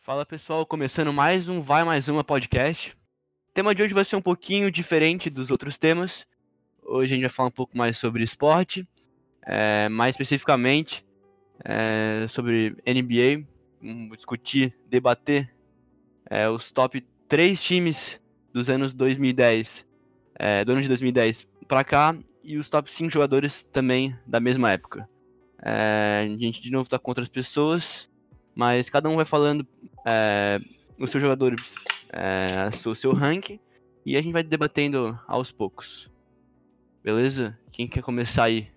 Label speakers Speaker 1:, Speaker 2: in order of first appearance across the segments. Speaker 1: Fala pessoal, começando mais um Vai Mais Uma podcast. O tema de hoje vai ser um pouquinho diferente dos outros temas. Hoje a gente vai falar um pouco mais sobre esporte, eh, mais especificamente eh, sobre NBA. Hum, Vou discutir, debater eh, os top 3 times dos anos 2010, eh, do ano de 2010 para cá, e os top 5 jogadores também da mesma época. Eh, a gente de novo tá contra as pessoas, mas cada um vai falando é, o seu jogador, é, a sua- o seu ranking, e a gente vai debatendo aos poucos. Beleza? Quem quer começar aí?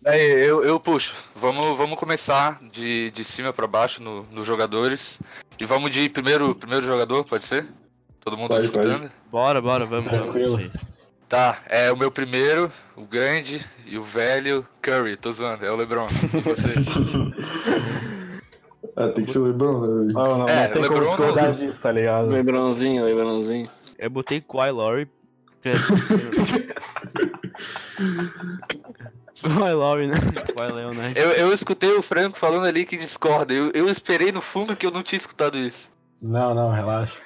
Speaker 2: Daí, É, eu, eu puxo. Vamos, vamos começar de, de cima pra baixo no- nos jogadores. E vamos de primeiro, primeiro jogador, pode ser? Todo mundo
Speaker 3: Pode,
Speaker 2: escutando?
Speaker 1: Bora, bora, vamos. vamos,
Speaker 3: Tranquilo.
Speaker 1: isso aí.
Speaker 2: Tá, é o meu primeiro, o grande e o velho Curry. Tô zoando, é o LeBron. E você?
Speaker 3: Ah, tem que ser o Lebron, né, velho?
Speaker 4: Não, não,
Speaker 2: É,
Speaker 4: não tem como
Speaker 2: LeBron-
Speaker 4: discordar disso, tá ligado?
Speaker 5: Lebronzinho, Lebronzinho.
Speaker 1: Eu botei Kawhi Lowry. que é- Kawhi Lowry, né? Kawhi Leonard.
Speaker 2: Eu, eu escutei o Franco falando ali que discorda. Eu, eu esperei no fundo que eu não tinha escutado isso.
Speaker 4: Não, não, relaxa.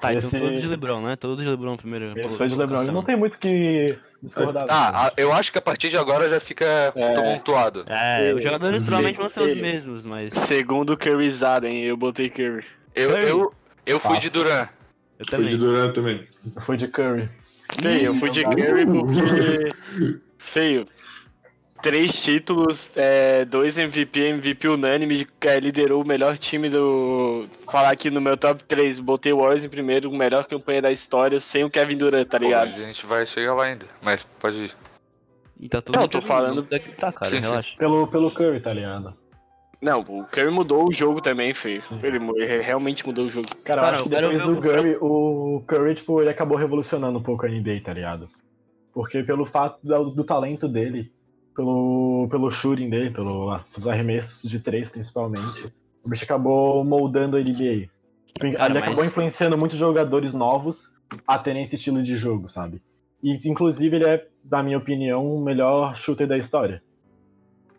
Speaker 1: Tá, então
Speaker 4: esse-
Speaker 1: todos de LeBron, né? Todos de LeBron primeiro.
Speaker 4: Eu sou de LeBron. Não tem muito o que discordar. né?
Speaker 2: Tá, a- eu acho que a partir de agora já fica
Speaker 5: É.
Speaker 2: tumultuado.
Speaker 1: É, os jogadores naturalmente vão ser os
Speaker 5: Ele.
Speaker 1: mesmos, mas
Speaker 5: Segundo o Curry Zaden, eu botei Curry.
Speaker 2: Eu,
Speaker 1: Curry.
Speaker 2: eu, eu fui de
Speaker 4: Fácil.
Speaker 2: Duran.
Speaker 1: eu
Speaker 3: Foi de
Speaker 1: também.
Speaker 3: Duran também.
Speaker 2: ah.
Speaker 4: não. Foi de Curry.
Speaker 5: Feio, eu fui de Curry porque. Feio. Três títulos, é, dois MVP, MVP unânime, é, liderou o melhor time do. Falar aqui no meu top 3, botei o Warriors em primeiro, melhor campanha da história, sem o Kevin Durant, tá
Speaker 2: Pô,
Speaker 5: ligado?
Speaker 2: mas a gente vai chegar lá ainda. Mas pode ir.
Speaker 1: E tá todo
Speaker 5: Não, tô
Speaker 1: todo
Speaker 5: falando-
Speaker 1: mundo daqui- Tá, cara,
Speaker 2: Sim, sim.
Speaker 1: relaxa.
Speaker 4: Pelo, pelo Curry, tá ligado?
Speaker 5: Não, o Curry mudou o jogo também, feio. Ele, mu- ele realmente mudou o jogo.
Speaker 4: Cara, eu
Speaker 1: Cara,
Speaker 4: acho que
Speaker 1: eu quero
Speaker 4: depois
Speaker 1: ver
Speaker 4: do
Speaker 1: o-
Speaker 4: Curry, o Curry, tipo, ele acabou revolucionando um pouco a NBA, tá ligado? Porque pelo fato da- do, talento dele, pelo, pelo shooting dele, pelos arremessos de três principalmente, o bicho acabou moldando a NBA. Ele
Speaker 1: Cara, mas-
Speaker 4: acabou influenciando muitos jogadores novos a terem esse estilo de jogo, sabe? E, inclusive, ele é, na minha opinião, o melhor shooter da história.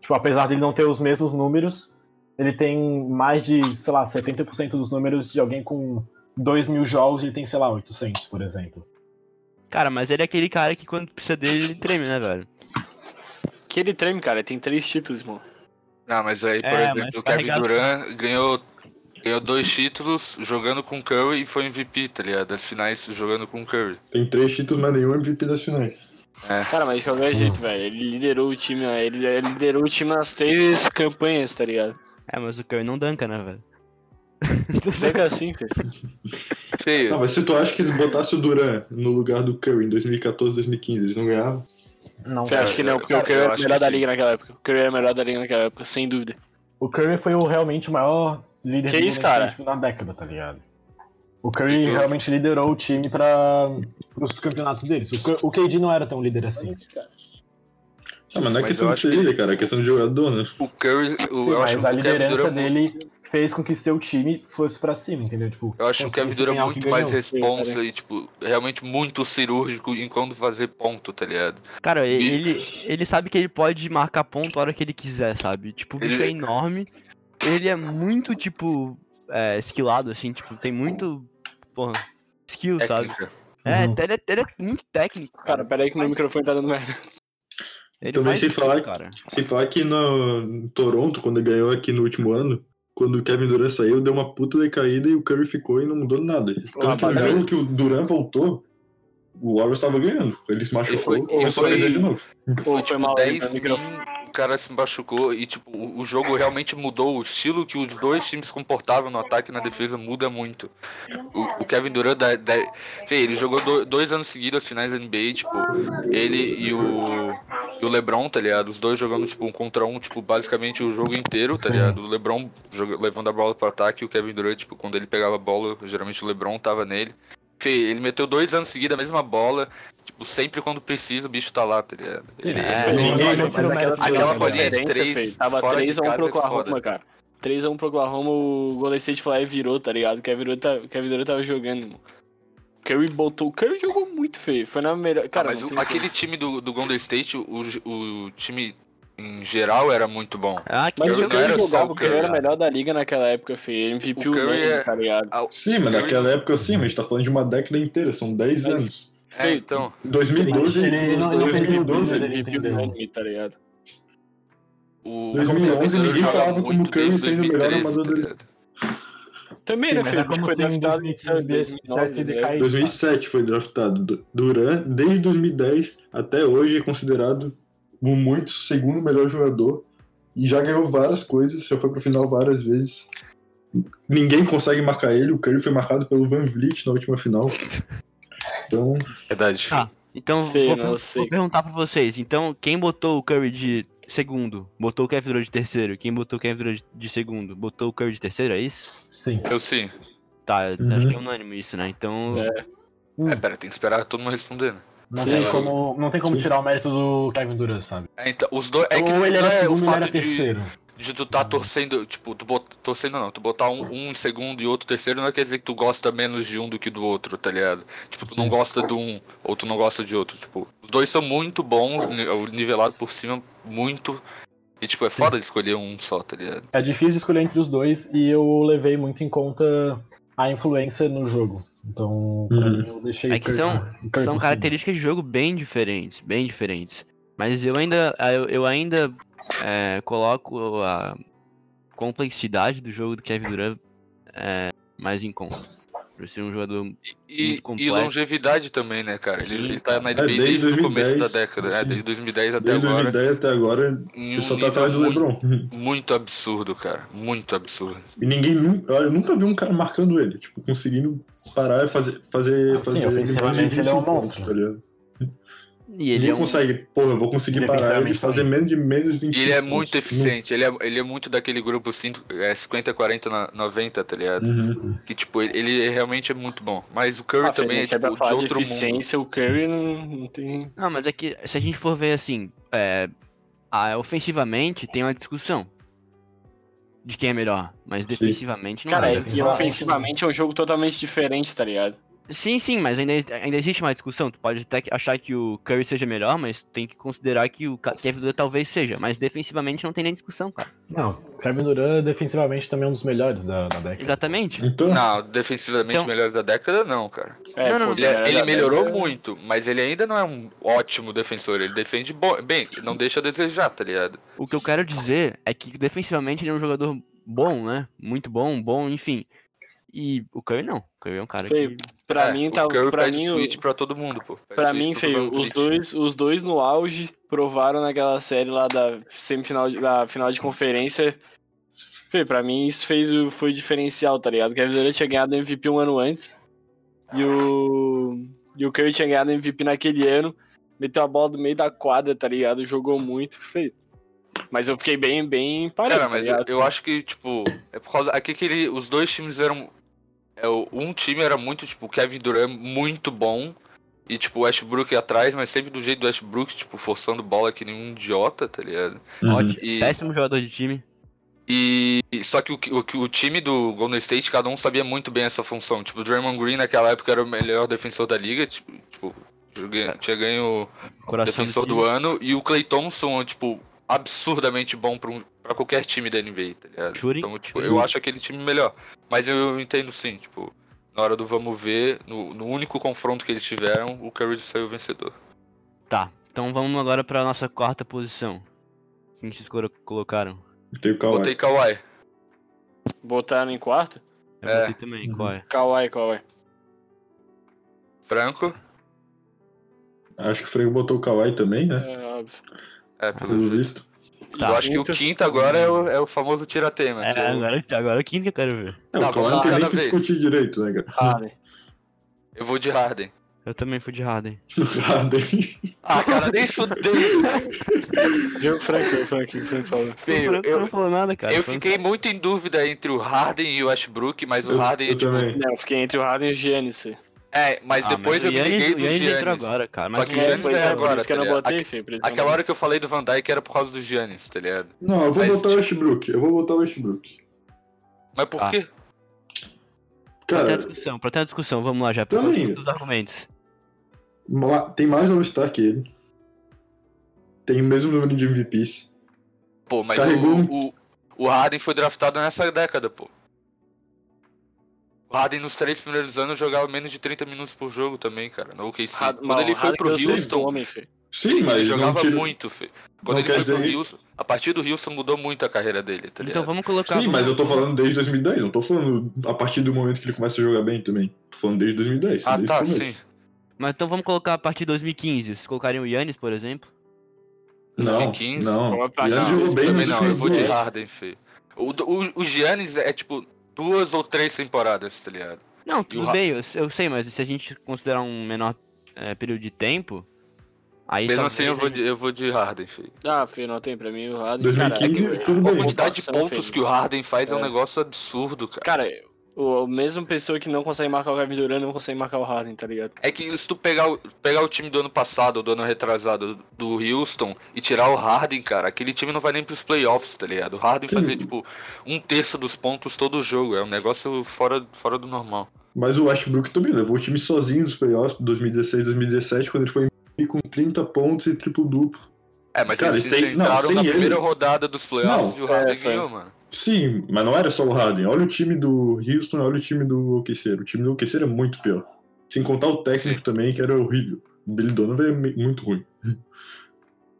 Speaker 4: Tipo, apesar dele não ter os mesmos números, ele tem mais de, sei lá, 70% dos números de alguém com 2 mil jogos, ele tem, sei lá, 800, por exemplo.
Speaker 1: Cara, mas ele é aquele cara que quando precisa dele, ele treme, né, velho?
Speaker 5: Que ele treme, cara, ele tem três títulos, mano.
Speaker 2: Não, Ah, mas aí, por
Speaker 1: É, mas
Speaker 2: exemplo, o Kevin
Speaker 1: carregado-
Speaker 2: Durant ganhou, ganhou dois títulos jogando com o Curry e foi MVP, tá ligado? Das finais jogando com o Curry.
Speaker 3: Tem três títulos, mas nenhum MVP das finais.
Speaker 5: Cara, mas de qualquer jeito, velho. Ele liderou o time, ó, ele, ele liderou o time nas três campanhas, tá ligado?
Speaker 1: É, mas o Curry não danca, né, velho?
Speaker 5: Sempre assim, cara.
Speaker 3: Não,
Speaker 2: É Feio.
Speaker 3: Ah, mas se tu acha que eles botassem o Duran no lugar do Curry em 2014, 2015, eles não ganhavam?
Speaker 4: Não,
Speaker 5: Você acha que não, porque
Speaker 2: eu-
Speaker 5: o Curry era
Speaker 2: eu
Speaker 5: o
Speaker 2: acho
Speaker 5: melhor
Speaker 2: que
Speaker 5: da
Speaker 2: sim.
Speaker 5: liga naquela época. O Curry era o melhor da liga naquela época, sem dúvida.
Speaker 4: O Curry foi o, realmente o maior líder
Speaker 5: Que
Speaker 4: do
Speaker 5: isso,
Speaker 4: Golden
Speaker 5: cara?
Speaker 4: State na década, tá ligado? O Curry
Speaker 2: Uhum.
Speaker 4: realmente liderou o time para os campeonatos deles. O, Cur- o KD não era tão líder assim.
Speaker 3: Ah, mas não é
Speaker 2: Mas eu
Speaker 3: questão de
Speaker 2: acho
Speaker 3: ser
Speaker 2: que-
Speaker 3: líder, cara, é questão de jogador, né?
Speaker 2: O Curry, o,
Speaker 4: Sim,
Speaker 2: eu acho
Speaker 4: mas a
Speaker 2: que o Kevin
Speaker 4: liderança
Speaker 2: Durant,
Speaker 4: dele fez com que seu time fosse pra cima, entendeu? Tipo,
Speaker 2: eu acho que o Kevin
Speaker 4: conseguisse
Speaker 2: Durant é
Speaker 4: ganhar o
Speaker 2: muito
Speaker 4: que
Speaker 2: mais
Speaker 4: ganhou. né?
Speaker 2: responsa e, tipo, realmente muito cirúrgico em quando fazer ponto, tá ligado?
Speaker 1: Cara, e-
Speaker 2: E-
Speaker 1: ele, ele sabe que ele pode marcar ponto a hora que ele quiser, sabe? Tipo, o bicho é
Speaker 2: Ele-
Speaker 1: enorme. Ele é muito, tipo, é, esquilado, assim, tipo, tem muito. Porra, skill, sabe?
Speaker 2: Técnica.
Speaker 1: É,
Speaker 4: Uhum.
Speaker 1: ele, é, ele é muito técnico,
Speaker 5: Cara,
Speaker 1: cara.
Speaker 5: pera aí que meu microfone tá dando merda.
Speaker 1: Ele
Speaker 3: também
Speaker 1: faz
Speaker 3: sei
Speaker 1: tudo,
Speaker 3: falar-
Speaker 1: cara.
Speaker 3: Sem falar que no em Toronto, quando ele ganhou aqui no último ano, quando o Kevin Durant saiu, deu uma puta decaída e o Curry ficou e não mudou nada. Tanto que no
Speaker 5: mas é-
Speaker 3: jogo que o Durant voltou, o Warriors tava ganhando. Ele se machucou
Speaker 2: foi-
Speaker 3: e
Speaker 2: e
Speaker 3: começou a
Speaker 2: foi-
Speaker 3: perder de novo.
Speaker 5: Pô, foi
Speaker 2: tipo,
Speaker 5: mal aí,
Speaker 2: 10 mil,
Speaker 5: meu microfone.
Speaker 2: o cara se machucou e, tipo, o, o jogo realmente mudou. O estilo que os dois times comportavam no ataque e na defesa muda muito. O, o Kevin Durant, da, da, Fê, ele jogou do- dois anos seguidos as finais da NBA, tipo, ele e o, e o LeBron, tá ligado? Os dois jogando, tipo, um contra um, tipo, basicamente o jogo inteiro, tá
Speaker 4: Sim.
Speaker 2: ligado? O LeBron joga- levando a bola pro ataque e o Kevin Durant, tipo, quando ele pegava a bola, geralmente o LeBron tava nele. Fê, ele meteu dois anos seguidos a mesma bola, tipo, sempre quando precisa o bicho tá lá, tá ligado? Ele- ele
Speaker 1: é,
Speaker 2: foi
Speaker 4: ninguém-
Speaker 2: muito
Speaker 4: ninguém-
Speaker 2: maluco.
Speaker 4: mas aquela-
Speaker 5: Aquela
Speaker 2: aquela
Speaker 5: foi a
Speaker 2: bolinha de
Speaker 5: diferença,
Speaker 2: três
Speaker 5: feio. Tava
Speaker 2: fora de
Speaker 5: 3x1
Speaker 2: casa
Speaker 5: pro
Speaker 2: é foda.
Speaker 5: Oklahoma, cara. 3x1 pro Oklahoma, o Golden State foi lá e virou, tá ligado? O Kevin Durant tá- o Kevin Durant tava jogando, mano. O Curry botou. O Curry jogou muito feio. Foi na melhor.
Speaker 2: Cara,
Speaker 5: Cara,
Speaker 2: Ah, mas
Speaker 5: não
Speaker 2: o-
Speaker 5: tem
Speaker 2: aquele
Speaker 5: como.
Speaker 2: time do, do Golden State, o, o time em geral era muito bom.
Speaker 1: Ah, que
Speaker 5: Mas
Speaker 2: Curry
Speaker 5: o
Speaker 1: eu...
Speaker 2: não era
Speaker 5: Curry
Speaker 2: só
Speaker 5: jogava
Speaker 2: o
Speaker 5: porque ele era o
Speaker 2: Curry.
Speaker 5: melhor da liga naquela época, filho. MVP
Speaker 2: O Curry
Speaker 5: unânime,
Speaker 2: é-
Speaker 5: tá ligado?
Speaker 2: Ah, o-
Speaker 3: Sim, mas
Speaker 2: Curry-
Speaker 3: naquela época sim, mas a gente tá falando de uma década inteira, são 10
Speaker 5: Mas-
Speaker 3: anos.
Speaker 2: É, então.
Speaker 4: Mas
Speaker 3: 2012,
Speaker 4: ele não- ele não perdeu o
Speaker 3: 2012,
Speaker 4: brilho dele.
Speaker 5: MVP unânime, tá ligado?
Speaker 2: O
Speaker 3: 2011
Speaker 2: Curry
Speaker 3: ninguém
Speaker 2: joga
Speaker 3: falava como
Speaker 2: muito
Speaker 3: o Curry
Speaker 2: desde
Speaker 3: sendo o melhor
Speaker 2: 2013,
Speaker 3: armador
Speaker 2: tá
Speaker 3: dele.
Speaker 2: ligado?
Speaker 5: Também,
Speaker 4: Sim,
Speaker 5: né,
Speaker 4: mas
Speaker 5: filho?
Speaker 4: é como
Speaker 5: Foi
Speaker 4: se em
Speaker 5: draftado em
Speaker 4: 2015
Speaker 5: 2009,
Speaker 4: tivesse
Speaker 5: né?
Speaker 4: decaído.
Speaker 3: 2007 foi draftado. Du- Duran, desde 2010 até hoje, é considerado o muito segundo melhor jogador. E já ganhou várias coisas, já foi pro final várias vezes. Ninguém consegue marcar ele. O Curry foi marcado pelo Van Vliet na última final. Então,
Speaker 2: É Verdade.
Speaker 1: Tá. Então,
Speaker 5: Feio,
Speaker 1: vou,
Speaker 5: não, eu sei.
Speaker 1: vou perguntar pra vocês. Então, quem botou o Curry de segundo? Botou o Kevin Durant de terceiro? Quem botou o Kevin Durant de- de segundo? Botou o Curry de terceiro, é isso?
Speaker 4: Sim.
Speaker 2: Eu sim.
Speaker 1: Tá, eu
Speaker 3: Uhum.
Speaker 1: acho que é unânime isso, né? Então,
Speaker 5: É.
Speaker 4: Hum.
Speaker 2: É, pera, tem que esperar todo mundo responder, né?
Speaker 4: Não,
Speaker 5: Sim,
Speaker 4: tem
Speaker 5: eu-
Speaker 4: como, não tem como
Speaker 3: Sim.
Speaker 4: tirar o mérito do Kevin Durant, sabe?
Speaker 2: É, então, os dois. É que
Speaker 4: Ou
Speaker 2: não
Speaker 4: ele era
Speaker 2: é o
Speaker 4: segundo ou ele
Speaker 2: fato
Speaker 4: era
Speaker 2: de,
Speaker 4: terceiro.
Speaker 2: de tu tá torcendo, tipo, tu bot, torcendo não, tu botar um, um em segundo e outro terceiro não é quer dizer que tu gosta menos de um do que do outro, tá ligado? Tipo, tu não
Speaker 4: Sim.
Speaker 2: gosta de um ou tu não gosta de outro. Tipo, os dois são muito bons, ni- o nivelado por cima, muito. E, tipo, é foda de escolher um só, tá ligado?
Speaker 4: É difícil escolher entre os dois e eu levei muito em conta a influência no jogo. Então, pra
Speaker 3: Uhum.
Speaker 4: mim, eu deixei.
Speaker 1: É que
Speaker 4: o Curry-
Speaker 1: são-
Speaker 4: o Curry
Speaker 1: são
Speaker 4: por
Speaker 1: características de jogo bem diferentes, bem diferentes. Mas eu ainda, eu, eu ainda é, coloco a complexidade do jogo do Kevin Durant é, mais em conta. Por ser um jogador
Speaker 2: E,
Speaker 1: Muito completo.
Speaker 2: e longevidade também, né, cara? Ele,
Speaker 1: Sim,
Speaker 2: ele tá na NBA
Speaker 3: É, desde
Speaker 2: desde, o começo da
Speaker 3: 2010,
Speaker 2: década, né?
Speaker 3: assim.
Speaker 2: Desde 2010 até
Speaker 3: desde
Speaker 2: agora.
Speaker 3: 2010 até agora,
Speaker 2: Em
Speaker 3: ele
Speaker 2: um
Speaker 3: só tá
Speaker 2: nível
Speaker 3: atrás do
Speaker 2: muito-
Speaker 3: LeBron.
Speaker 2: Muito absurdo, cara. Muito absurdo.
Speaker 3: E ninguém. nu- olha, Eu nunca vi um cara marcando ele, tipo, conseguindo parar e fazer. fazer,
Speaker 4: Ah, sim,
Speaker 3: fazer
Speaker 4: ofensivamente ele é um
Speaker 3: 25 pontos,
Speaker 4: monstro.
Speaker 3: tá ligado?
Speaker 1: e
Speaker 3: Ele
Speaker 1: ele é um,
Speaker 3: consegue, porra, eu vou conseguir parar ele e
Speaker 4: Defensivamente
Speaker 3: fazer
Speaker 4: também.
Speaker 3: menos de Uhum. menos 25
Speaker 2: E ele é
Speaker 3: pontos.
Speaker 2: muito
Speaker 3: Não-
Speaker 2: eficiente, ele é, ele é muito daquele grupo cinco- é, 50, 40, na- 90, tá ligado?
Speaker 3: Uhum.
Speaker 2: Que tipo, ele, ele realmente é muito bom. Mas o Curry
Speaker 5: Ah, filho,
Speaker 2: também é
Speaker 5: se é
Speaker 2: tipo,
Speaker 5: pra
Speaker 2: de
Speaker 5: falar de
Speaker 2: outro mundo.
Speaker 5: eficiência, o Curry não, não tem.
Speaker 1: Não, mas é que se a gente for ver assim, é, a- ofensivamente tem uma discussão de quem é melhor, mas defensivamente não é.
Speaker 5: Cara, é
Speaker 1: dá.
Speaker 5: e e ofensivamente é um jogo totalmente diferente, tá ligado?
Speaker 1: Sim, sim, mas ainda, ainda existe uma discussão. Tu pode até que- achar que o Curry seja melhor, mas tu tem que considerar que o Ca- Kevin Durant talvez seja. Mas defensivamente não tem nem discussão, cara.
Speaker 4: Não, Kevin Durant defensivamente também é um dos melhores da, da década.
Speaker 1: Exatamente.
Speaker 3: Então,
Speaker 2: Não, defensivamente
Speaker 1: Então-
Speaker 2: melhor da década, não, cara.
Speaker 5: É,
Speaker 1: Não, não, não.
Speaker 2: Ele, é- ele
Speaker 5: da
Speaker 2: melhorou
Speaker 5: década-
Speaker 2: muito, mas ele ainda não é um ótimo defensor. Ele defende bo- bem, não deixa a desejar, tá ligado?
Speaker 1: O que eu quero dizer é que defensivamente ele é um jogador bom, né? Muito bom, bom, enfim. E o Curry não. O Curry é um cara
Speaker 5: Feio.
Speaker 1: que.
Speaker 5: Pra
Speaker 2: É,
Speaker 5: mim,
Speaker 2: o
Speaker 5: tá.
Speaker 2: Curry
Speaker 5: Pra
Speaker 2: pede
Speaker 5: mim, o-
Speaker 2: switch pra todo mundo, pô. Pede
Speaker 5: Pra
Speaker 2: switch
Speaker 5: mim,
Speaker 2: pro
Speaker 5: feio,
Speaker 2: Van
Speaker 5: os
Speaker 2: Vliet.
Speaker 5: dois, os dois no auge provaram naquela série lá da semifinal de- da final de conferência. Feio, pra mim isso fez o, foi o diferencial, tá ligado? Que a Durant tinha ganhado MVP um ano antes. E o. E o Curry tinha ganhado MVP naquele ano. Meteu a bola do meio da quadra, tá ligado? Jogou muito, feio. Mas eu fiquei bem, bem parado.
Speaker 2: Cara, mas
Speaker 5: tá
Speaker 2: eu,
Speaker 5: ligado?
Speaker 2: eu acho que, tipo, é por causa. Aqui que ele. Os dois times eram. É, o- um time era muito, tipo, o Kevin Durant muito bom. E, tipo, o Westbrook atrás, mas sempre do jeito do Westbrook, tipo, forçando bola que nenhum idiota, tá ligado?
Speaker 1: é
Speaker 3: uhum.
Speaker 1: Ótimo,
Speaker 2: E,
Speaker 1: péssimo jogador de time.
Speaker 2: e- e- só que o, que- o, que o time do Golden State, cada um sabia muito bem essa função. Tipo, o Draymond Green naquela época era o melhor defensor da liga, tipo, tipo, joguei- tinha ganho
Speaker 1: Coração
Speaker 2: defensor
Speaker 1: do
Speaker 2: do,
Speaker 1: time.
Speaker 2: ano, e o Clay Thompson é, tipo, absurdamente bom pra, um- pra qualquer time da NBA, tá ligado?
Speaker 1: Shooting,
Speaker 2: então, tipo,
Speaker 1: shooting.
Speaker 2: eu acho aquele time melhor. Mas eu entendo sim, tipo, na hora do vamos ver, no, no único confronto que eles tiveram, o Curry saiu vencedor.
Speaker 1: Tá, então vamos agora pra nossa quarta posição. Quem vocês colo- colocaram?
Speaker 3: tem o Kawhi.
Speaker 2: Botei Kawhi.
Speaker 5: Botaram em quarto?
Speaker 1: Eu
Speaker 2: É.
Speaker 1: botei também,
Speaker 3: Uhum.
Speaker 1: qual é?
Speaker 5: Kawhi, Kawhi.
Speaker 2: Franco,
Speaker 3: Acho que o Frango botou o Kawhi também, né?
Speaker 5: É, óbvio.
Speaker 2: é, pelo
Speaker 3: Pelo
Speaker 2: jeito.
Speaker 3: visto.
Speaker 1: Tá.
Speaker 2: Eu acho que o
Speaker 5: Quinto.
Speaker 2: quinto agora é o, é o famoso tiratema.
Speaker 1: É,
Speaker 2: que eu,
Speaker 1: agora, agora é o quinto que eu quero ver.
Speaker 3: É,
Speaker 2: Tá,
Speaker 3: o Kawhi
Speaker 2: vamos
Speaker 3: não tem
Speaker 2: lá,
Speaker 3: nem
Speaker 2: cada
Speaker 3: que
Speaker 2: vez.
Speaker 3: discutir direito, né, cara?
Speaker 5: Harden.
Speaker 2: eu vou de Harden.
Speaker 1: Eu também fui de Harden.
Speaker 3: O Harden.
Speaker 2: Ah, cara, nem chutei.
Speaker 5: Viu, Frank? Viu, Frank? Frank falou.
Speaker 2: Feio,
Speaker 1: eu,
Speaker 2: eu-
Speaker 1: não falou nada, cara.
Speaker 2: eu
Speaker 1: Foi- um
Speaker 2: fiquei muito em dúvida entre o Harden e o Westbrook, mas o
Speaker 3: eu,
Speaker 2: Harden é,
Speaker 3: eu
Speaker 2: tipo,
Speaker 3: também.
Speaker 5: Não, eu fiquei entre o Harden e o Giannis.
Speaker 2: é, mas
Speaker 1: Ah,
Speaker 2: depois
Speaker 1: o
Speaker 2: eu me liguei
Speaker 1: Giannis-
Speaker 2: do
Speaker 1: o Giannis entrou
Speaker 2: Giannis.
Speaker 1: agora, cara.
Speaker 2: Só
Speaker 1: Mas
Speaker 2: que
Speaker 1: o
Speaker 2: o Giannis
Speaker 1: Giannis
Speaker 5: pois
Speaker 2: é
Speaker 5: por
Speaker 2: agora,
Speaker 5: isso que eu
Speaker 2: tá
Speaker 5: não
Speaker 2: ligado?
Speaker 5: botei, filho. pra eles não-
Speaker 2: Aquela hora que eu falei do Van Dyke era por causa do Giannis, tá ligado?
Speaker 3: Não, eu vou
Speaker 2: Mas,
Speaker 3: botar o Westbrook. Eu vou botar o Westbrook.
Speaker 2: Mas por
Speaker 1: Tá.
Speaker 3: Ah.
Speaker 2: quê?
Speaker 1: Pra ter a
Speaker 3: Cara,
Speaker 1: discussão, pra ter a discussão, vamos lá já.
Speaker 3: Tá. Também.
Speaker 1: Os
Speaker 2: Tá
Speaker 1: argumentos.
Speaker 3: um ma- tem mais All-Star que ele. Tem o mesmo número de MVPs.
Speaker 2: Pô, mas
Speaker 3: Carregou
Speaker 2: o, o, o Harden foi draftado nessa década, pô. O Harden nos três primeiros anos jogava menos de 30 minutos por jogo também, cara. No OKC.
Speaker 3: Ah,
Speaker 5: Ra-
Speaker 2: Quando
Speaker 5: não,
Speaker 2: ele foi
Speaker 5: Harden
Speaker 2: pro
Speaker 5: deu sexto
Speaker 2: Houston,
Speaker 5: homem, filho.
Speaker 3: Sim, mas
Speaker 2: ele
Speaker 3: não
Speaker 2: jogava
Speaker 3: tira-
Speaker 2: muito, filho. Quando
Speaker 3: não
Speaker 2: ele foi
Speaker 3: quer
Speaker 2: pro
Speaker 3: dizer-
Speaker 2: Houston, a partir do Houston mudou muito a carreira dele, tá ligado?
Speaker 1: Então vamos colocar.
Speaker 3: Sim, mas eu tô falando desde 2010, não tô falando a partir do momento que ele começa a jogar bem também. Tô falando desde 2010.
Speaker 2: Ah,
Speaker 3: desde o
Speaker 2: tá,
Speaker 3: começo.
Speaker 2: sim.
Speaker 1: Mas então vamos colocar a partir de 2015. Vocês colocariam o Yannis, por exemplo?
Speaker 3: Não,
Speaker 2: 2015,
Speaker 3: Ah, não.
Speaker 5: vamos
Speaker 3: Ele
Speaker 5: apagar.
Speaker 3: jogou
Speaker 5: Isso
Speaker 3: bem
Speaker 2: Também
Speaker 3: nos
Speaker 2: não, eu
Speaker 3: últimos
Speaker 2: vou de
Speaker 3: anos.
Speaker 5: dias.
Speaker 2: Harden, filho. O, o, o Giannis é tipo duas ou três temporadas, tá ligado?
Speaker 1: Não,
Speaker 2: E o
Speaker 1: tudo
Speaker 2: Ra-
Speaker 1: bem, eu, eu sei, mas se a gente considerar um menor eh, período de tempo. Aí
Speaker 2: Mesmo
Speaker 1: talvez
Speaker 2: assim, eu vou,
Speaker 1: ele-
Speaker 2: de, eu vou de Harden, filho.
Speaker 5: Ah, filho, não tem pra mim o Harden.
Speaker 3: 2015,
Speaker 5: cara,
Speaker 3: tudo
Speaker 2: A
Speaker 3: bem.
Speaker 2: quantidade de pontos que o Harden faz é, um
Speaker 5: É.
Speaker 2: negócio absurdo, cara.
Speaker 5: Cara, o, o mesmo pessoa que não consegue marcar o Kevin Durant não consegue marcar o Harden, tá ligado?
Speaker 2: É que se tu pegar o, pegar o time do ano passado, do ano retrasado, do Houston, e tirar o Harden, cara, aquele time não vai nem pros playoffs, tá ligado? O Harden
Speaker 3: Sim.
Speaker 2: fazia, tipo, um terço dos pontos todo jogo. É um negócio fora, fora do normal.
Speaker 3: Mas o Westbrook também né? levou o time sozinho nos playoffs de 2016, 2017, quando ele foi MVP com 30 pontos e triplo-duplo.
Speaker 2: É, mas
Speaker 3: Cara,
Speaker 2: eles
Speaker 3: e
Speaker 2: se
Speaker 3: sem- não,
Speaker 2: enfrentaram
Speaker 3: sem
Speaker 2: na
Speaker 3: ele-
Speaker 2: primeira rodada dos playoffs
Speaker 3: Não,
Speaker 2: e o Harden
Speaker 5: é, foi.
Speaker 2: ganhou, mano.
Speaker 3: Sim, mas não era só o Harden. Olha o time do Houston, olha o time do OKC. O time do OKC era muito pior. Sem contar o técnico
Speaker 2: Sim.
Speaker 3: também, que era horrível. O Billy Donovan é me- muito ruim.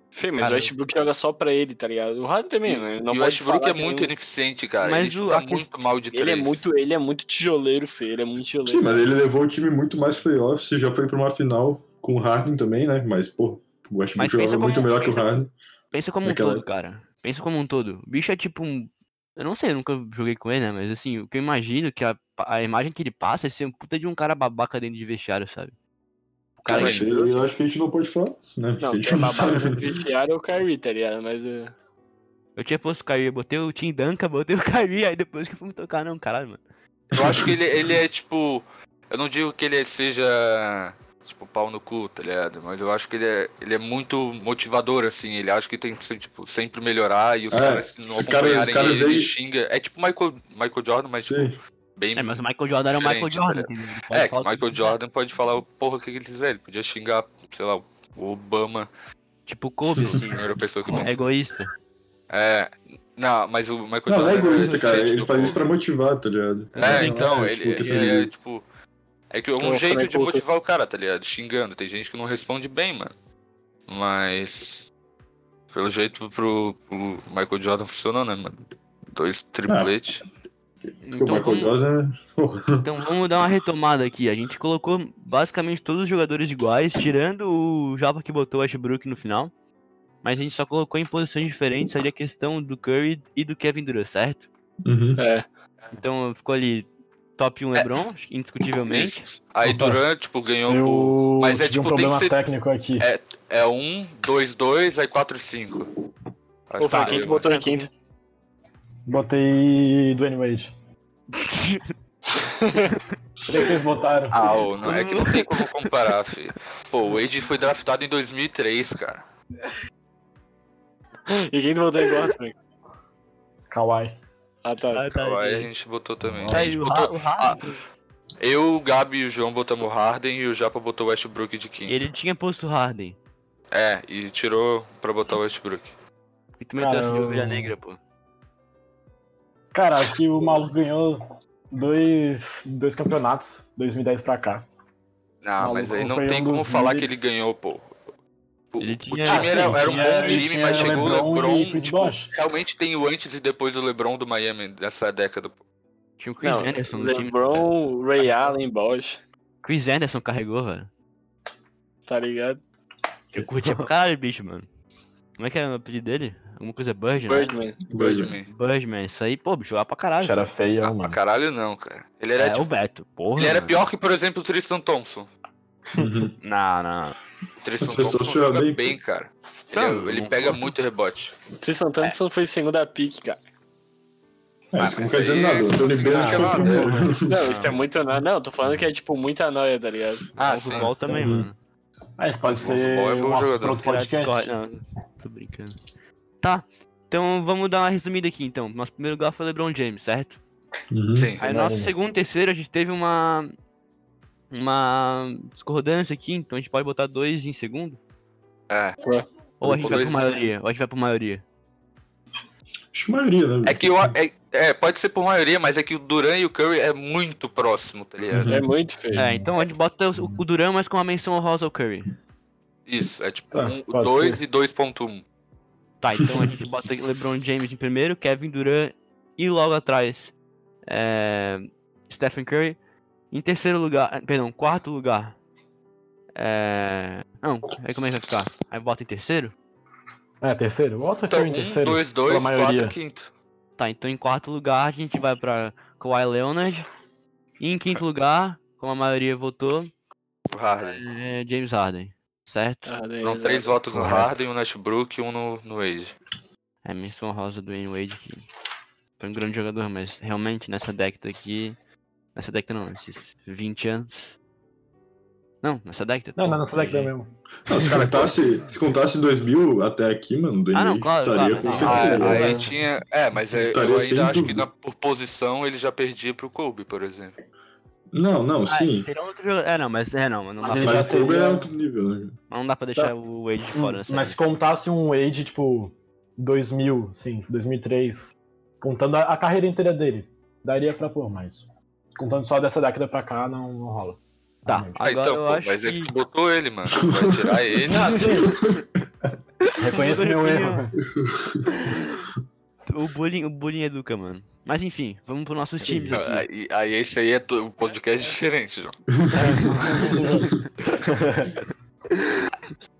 Speaker 5: Fih, mas
Speaker 1: Cara,
Speaker 5: o Westbrook joga só pra ele, tá ligado? O Harden também, né? Não
Speaker 2: e o
Speaker 5: pode
Speaker 2: Westbrook
Speaker 5: falar
Speaker 2: é
Speaker 5: que
Speaker 2: muito
Speaker 5: ele-
Speaker 2: ineficiente, cara.
Speaker 1: Mas
Speaker 2: ele
Speaker 1: o-
Speaker 2: chuta
Speaker 1: a questão-
Speaker 2: muito mal de três.
Speaker 5: Ele é muito, ele é muito tijoleiro, filho. Ele é muito
Speaker 3: Sim,
Speaker 5: tijoleiro.
Speaker 3: mas ele levou o time muito mais playoffs e já foi pra uma final com o Harden também, né? Mas, pô, o Westbrook
Speaker 1: Mas pensa
Speaker 3: jogava muito
Speaker 1: como- é,
Speaker 3: melhor que o
Speaker 1: pensa-
Speaker 3: Harden.
Speaker 1: Pensa como um
Speaker 3: Naquela-
Speaker 1: todo, cara. Pensa como um todo. O bicho é tipo um. Eu não sei, eu nunca joguei com ele, né? Mas assim, o que eu imagino que a, a imagem que ele passa é ser um puta de um cara babaca dentro de vestiário, sabe? O cara
Speaker 2: Cara,
Speaker 1: que-
Speaker 3: Mas eu, eu acho que a gente não pode falar, né? Porque
Speaker 5: Não,
Speaker 3: a gente
Speaker 5: quem é
Speaker 3: não
Speaker 5: babaca no
Speaker 3: sabe.
Speaker 5: vestiário é o Kyrie, tá ligado? Mas eh,
Speaker 1: Eu tinha posto o Kyrie, eu botei o Tim Duncan, botei o Kyrie, aí depois que eu fui me tocar, não, caralho, mano.
Speaker 2: Eu acho que ele, ele é tipo. Eu não digo que ele seja. Tipo, pau no cu, tá ligado? Mas eu acho que ele é, ele é muito motivador, assim. Ele acha que tem que ser, tipo, sempre melhorar e os
Speaker 3: É,
Speaker 2: caras se não
Speaker 3: o cara-
Speaker 2: acompanharem
Speaker 3: o cara
Speaker 2: ele, ele
Speaker 3: veio-
Speaker 2: xinga. É tipo Michael, Michael Jordan, mas tipo,
Speaker 3: Sim.
Speaker 2: bem.
Speaker 1: É, mas o Michael Jordan era o Michael
Speaker 2: Diferente,
Speaker 1: Jordan,
Speaker 2: né?
Speaker 1: entendeu? Ele pode
Speaker 2: É,
Speaker 1: falar o que
Speaker 2: Michael
Speaker 1: quiser.
Speaker 2: Jordan pode falar o porra que ele quiser. Ele podia xingar, sei lá, o Obama,
Speaker 1: Tipo o Kobe,
Speaker 2: a
Speaker 1: assim.
Speaker 2: primeira pessoa que
Speaker 1: é
Speaker 2: pensa.
Speaker 1: egoísta.
Speaker 2: É. Não, mas o Michael
Speaker 3: Não,
Speaker 2: Jordan.
Speaker 3: não é
Speaker 2: era
Speaker 3: egoísta, cara.
Speaker 2: diferente
Speaker 3: Ele
Speaker 2: do
Speaker 3: faz isso
Speaker 2: Kobe.
Speaker 3: pra motivar, tá ligado?
Speaker 2: É,
Speaker 3: Não
Speaker 2: então,
Speaker 3: tipo,
Speaker 2: ele,
Speaker 3: que
Speaker 2: ele
Speaker 3: foi-
Speaker 2: é tipo. É que é um
Speaker 5: Eu
Speaker 2: jeito
Speaker 5: falei
Speaker 2: de
Speaker 5: pouco.
Speaker 2: motivar o cara, tá ligado? Xingando. Tem gente que não responde bem, mano. Mas. Pelo jeito pro, pro Michael Jordan funcionou, né, mano? Dois tripletes.
Speaker 1: Ah,
Speaker 2: é
Speaker 3: Porque o
Speaker 1: Então
Speaker 3: Michael
Speaker 1: vamos,
Speaker 3: Jordan.
Speaker 1: então vamos dar uma retomada aqui. A gente colocou basicamente todos os jogadores iguais, tirando o Japa que botou o Ashbrook no final. Mas a gente só colocou em posições diferentes ali a questão do Curry e do Kevin Durant, certo?
Speaker 3: Uhum.
Speaker 5: é.
Speaker 1: Então ficou ali top
Speaker 2: É.
Speaker 1: 1 LeBron, indiscutivelmente.
Speaker 2: Isso. Aí
Speaker 4: Opa.
Speaker 2: Durant, tipo, ganhou o.
Speaker 4: Eu
Speaker 2: Mas é
Speaker 4: tive um
Speaker 2: tipo, tem que
Speaker 4: problema
Speaker 2: ser-
Speaker 4: técnico aqui.
Speaker 2: É, é um, dois, dois, aí quatro, cinco. Acho
Speaker 5: Pô,
Speaker 2: que
Speaker 5: foi
Speaker 2: valeu,
Speaker 5: quem que botou
Speaker 1: mano.
Speaker 5: em quinto?
Speaker 4: Botei Dwayne Wade. O que vocês botaram?
Speaker 2: Ah, ô, não, é que não tem como comparar, filho. Pô, o Wade foi draftado em 2003, cara.
Speaker 5: E quem que botou em quarto, velho?
Speaker 4: Kawhi.
Speaker 5: Ah, tá.
Speaker 2: Aí a gente botou também.
Speaker 1: Tá
Speaker 2: a
Speaker 1: aí
Speaker 2: gente
Speaker 1: o Ra-
Speaker 2: botou-
Speaker 1: o Ra-
Speaker 2: Eu, o Gabi e o João botamos o Harden e o Japa botou o Westbrook de quinto.
Speaker 1: Ele tinha posto o Harden.
Speaker 2: É, e tirou pra botar o Westbrook.
Speaker 1: E tu meteu essa de
Speaker 4: Cara,
Speaker 1: ovelha
Speaker 4: eu-
Speaker 1: negra, pô.
Speaker 4: Cara, acho que o maluco ganhou dois, dois campeonatos, 2010 pra cá.
Speaker 2: Não,
Speaker 4: Maluco,
Speaker 2: mas aí não
Speaker 4: foi
Speaker 2: tem
Speaker 4: um
Speaker 2: como
Speaker 4: dos
Speaker 2: falar que
Speaker 4: líderes.
Speaker 2: ele ganhou, pô. O,
Speaker 1: Ele
Speaker 2: o
Speaker 1: tinha-
Speaker 2: time era,
Speaker 1: Ah, sim,
Speaker 2: era um
Speaker 1: tinha-
Speaker 2: bom time, mas
Speaker 4: tinha
Speaker 2: chegou o
Speaker 4: LeBron
Speaker 2: LeBron.
Speaker 4: e Chris
Speaker 2: tipo,
Speaker 4: Bosh.
Speaker 2: realmente tem o antes e depois do LeBron do Miami dessa década, pô.
Speaker 1: Tinha o Chris
Speaker 5: Não,
Speaker 1: Anderson no time.
Speaker 5: LeBron, Ray Allen, Bosch,
Speaker 1: Chris Anderson carregou, velho.
Speaker 5: tá ligado?
Speaker 1: Eu curtia pra caralho, bicho, mano. Como é que era o apelido dele? Alguma coisa Bird, né?
Speaker 5: Birdman.
Speaker 2: é
Speaker 3: Birdman.
Speaker 2: Birdman.
Speaker 1: Birdman, isso aí, pô, jogava pra caralho.
Speaker 4: Era
Speaker 1: velho.
Speaker 2: Ah,
Speaker 4: feião,
Speaker 2: pra
Speaker 4: É, mano.
Speaker 2: caralho não, cara. Ele
Speaker 1: É,
Speaker 2: era,
Speaker 1: o né?
Speaker 2: tipo,
Speaker 1: Beto, porra.
Speaker 2: ele era
Speaker 1: mano.
Speaker 2: pior que, por exemplo, o Tristan Thompson.
Speaker 3: Uhum.
Speaker 1: Não, não.
Speaker 2: O Tristan
Speaker 3: O Tristan
Speaker 2: Thompson
Speaker 3: joga
Speaker 2: joga
Speaker 3: bem.
Speaker 2: bem, cara.
Speaker 1: Não,
Speaker 2: Ele, ele
Speaker 1: não-
Speaker 2: pega muito rebote.
Speaker 5: Tristan Thompson foi segunda pique, cara.
Speaker 3: É,
Speaker 2: Ah,
Speaker 3: isso não
Speaker 2: mas é
Speaker 3: quer dizer
Speaker 2: aí-
Speaker 3: nada. O Tony
Speaker 2: Sim,
Speaker 3: Bennett
Speaker 2: cara,
Speaker 3: foi o
Speaker 2: nada.
Speaker 4: tipo,
Speaker 3: primeiro.
Speaker 5: Não, isso é muito noia. Não, tô falando que é tipo muita noia, tá ligado?
Speaker 1: o
Speaker 2: Ah, sim.
Speaker 1: futebol também,
Speaker 3: Uhum.
Speaker 1: mano.
Speaker 4: Ah, isso pode
Speaker 2: O
Speaker 4: ser
Speaker 2: futebol é bom
Speaker 4: um assunto
Speaker 2: jogador.
Speaker 4: pra outro
Speaker 1: Tirar Discord,
Speaker 4: podcast.
Speaker 1: não, tô brincando. Tá, então vamos dar uma resumida aqui, então. Nosso primeiro lugar foi LeBron James, certo?
Speaker 3: Uhum.
Speaker 2: Sim.
Speaker 1: Aí
Speaker 4: Verdade.
Speaker 1: nosso segundo e terceiro a gente teve uma... Uma discordância aqui, então a gente pode botar dois em segundo?
Speaker 2: É.
Speaker 1: Ou a gente vai por
Speaker 2: Dois em-
Speaker 1: maioria, ou a gente vai por maioria.
Speaker 3: Acho que a maioria, né?
Speaker 2: É que eu, é, é, pode ser por maioria, mas é que o Duran e o Curry é muito próximo, tá ligado?
Speaker 5: É muito feio.
Speaker 1: É, então a gente bota o, o Duran, mas com uma menção honrosa ao Curry.
Speaker 2: Isso, é tipo
Speaker 3: Tá,
Speaker 2: um,
Speaker 3: pode
Speaker 2: 2
Speaker 3: ser.
Speaker 2: e 2.1.
Speaker 1: Tá, então a gente bota LeBron James em primeiro, Kevin Durant e logo atrás é, Stephen Curry. Em terceiro lugar, eh, perdão, quarto lugar. É, não, aí como é que vai ficar? Aí bota em terceiro?
Speaker 4: É, terceiro? Bota
Speaker 2: Então,
Speaker 4: Curry em
Speaker 2: 1,
Speaker 4: terceiro.
Speaker 2: 2, 2,
Speaker 4: pela maioria.
Speaker 2: 4, quinto.
Speaker 1: Tá, então em quarto lugar a gente vai pra Kawhi Leonard. E em quinto lugar, como a maioria votou,
Speaker 2: O Harden.
Speaker 1: é James Harden, certo?
Speaker 5: Ah, daí,
Speaker 2: Foram
Speaker 5: né?
Speaker 2: três votos no
Speaker 4: Correto.
Speaker 2: Harden, um no Westbrook e um no, no Wade.
Speaker 1: É menção rosa do Wayne Wade que foi um grande jogador, mas realmente nessa década aqui. Nessa década não, esses 20 anos. Não, nessa década.
Speaker 4: Não,
Speaker 1: pô,
Speaker 4: não, nessa década
Speaker 1: viajei.
Speaker 4: mesmo.
Speaker 3: Não, se contasse, se contasse 2000 até aqui, mano, do
Speaker 1: Ah, não,
Speaker 3: NBA,
Speaker 1: claro,
Speaker 3: estaria
Speaker 1: claro,
Speaker 3: com
Speaker 1: não.
Speaker 3: certeza.
Speaker 2: Ah,
Speaker 4: é,
Speaker 2: aí
Speaker 4: né?
Speaker 2: tinha. É, mas é,
Speaker 3: Estaria
Speaker 2: eu
Speaker 3: sem
Speaker 2: ainda acho que
Speaker 3: dúvida.
Speaker 2: na, por posição ele já perdia pro Kobe, por exemplo.
Speaker 3: Não, não,
Speaker 1: Ah,
Speaker 3: sim.
Speaker 1: seria outro jogo- É, não, mas é, não, mas não, dá
Speaker 4: Mas
Speaker 1: pra,
Speaker 4: já
Speaker 3: Mas o Kobe
Speaker 4: teria-
Speaker 2: um
Speaker 3: é outro nível, né?
Speaker 1: não dá pra deixar o Wade de fora. nessa
Speaker 4: Hum, Mas se
Speaker 1: lista.
Speaker 4: contasse um Wade, tipo, 2000, sim, 2003, contando a, a carreira inteira dele, daria pra pôr, mas contando só dessa década pra cá, não, não rola.
Speaker 1: Tá.
Speaker 4: Realmente.
Speaker 2: Ah,
Speaker 1: Agora
Speaker 2: então,
Speaker 1: eu
Speaker 2: pô,
Speaker 1: acho
Speaker 2: mas é que
Speaker 1: que-
Speaker 2: tu botou ele, mano. Tu Vai tirar ele.
Speaker 1: Não, Mudou
Speaker 4: Reconheço
Speaker 1: de
Speaker 4: meu erro.
Speaker 1: opinião. o, bullying, o bullying educa, mano. Mas enfim, vamos pros nossos times
Speaker 2: Não,
Speaker 1: aqui.
Speaker 2: aí, aí esse aí é tu- um podcast diferente, João.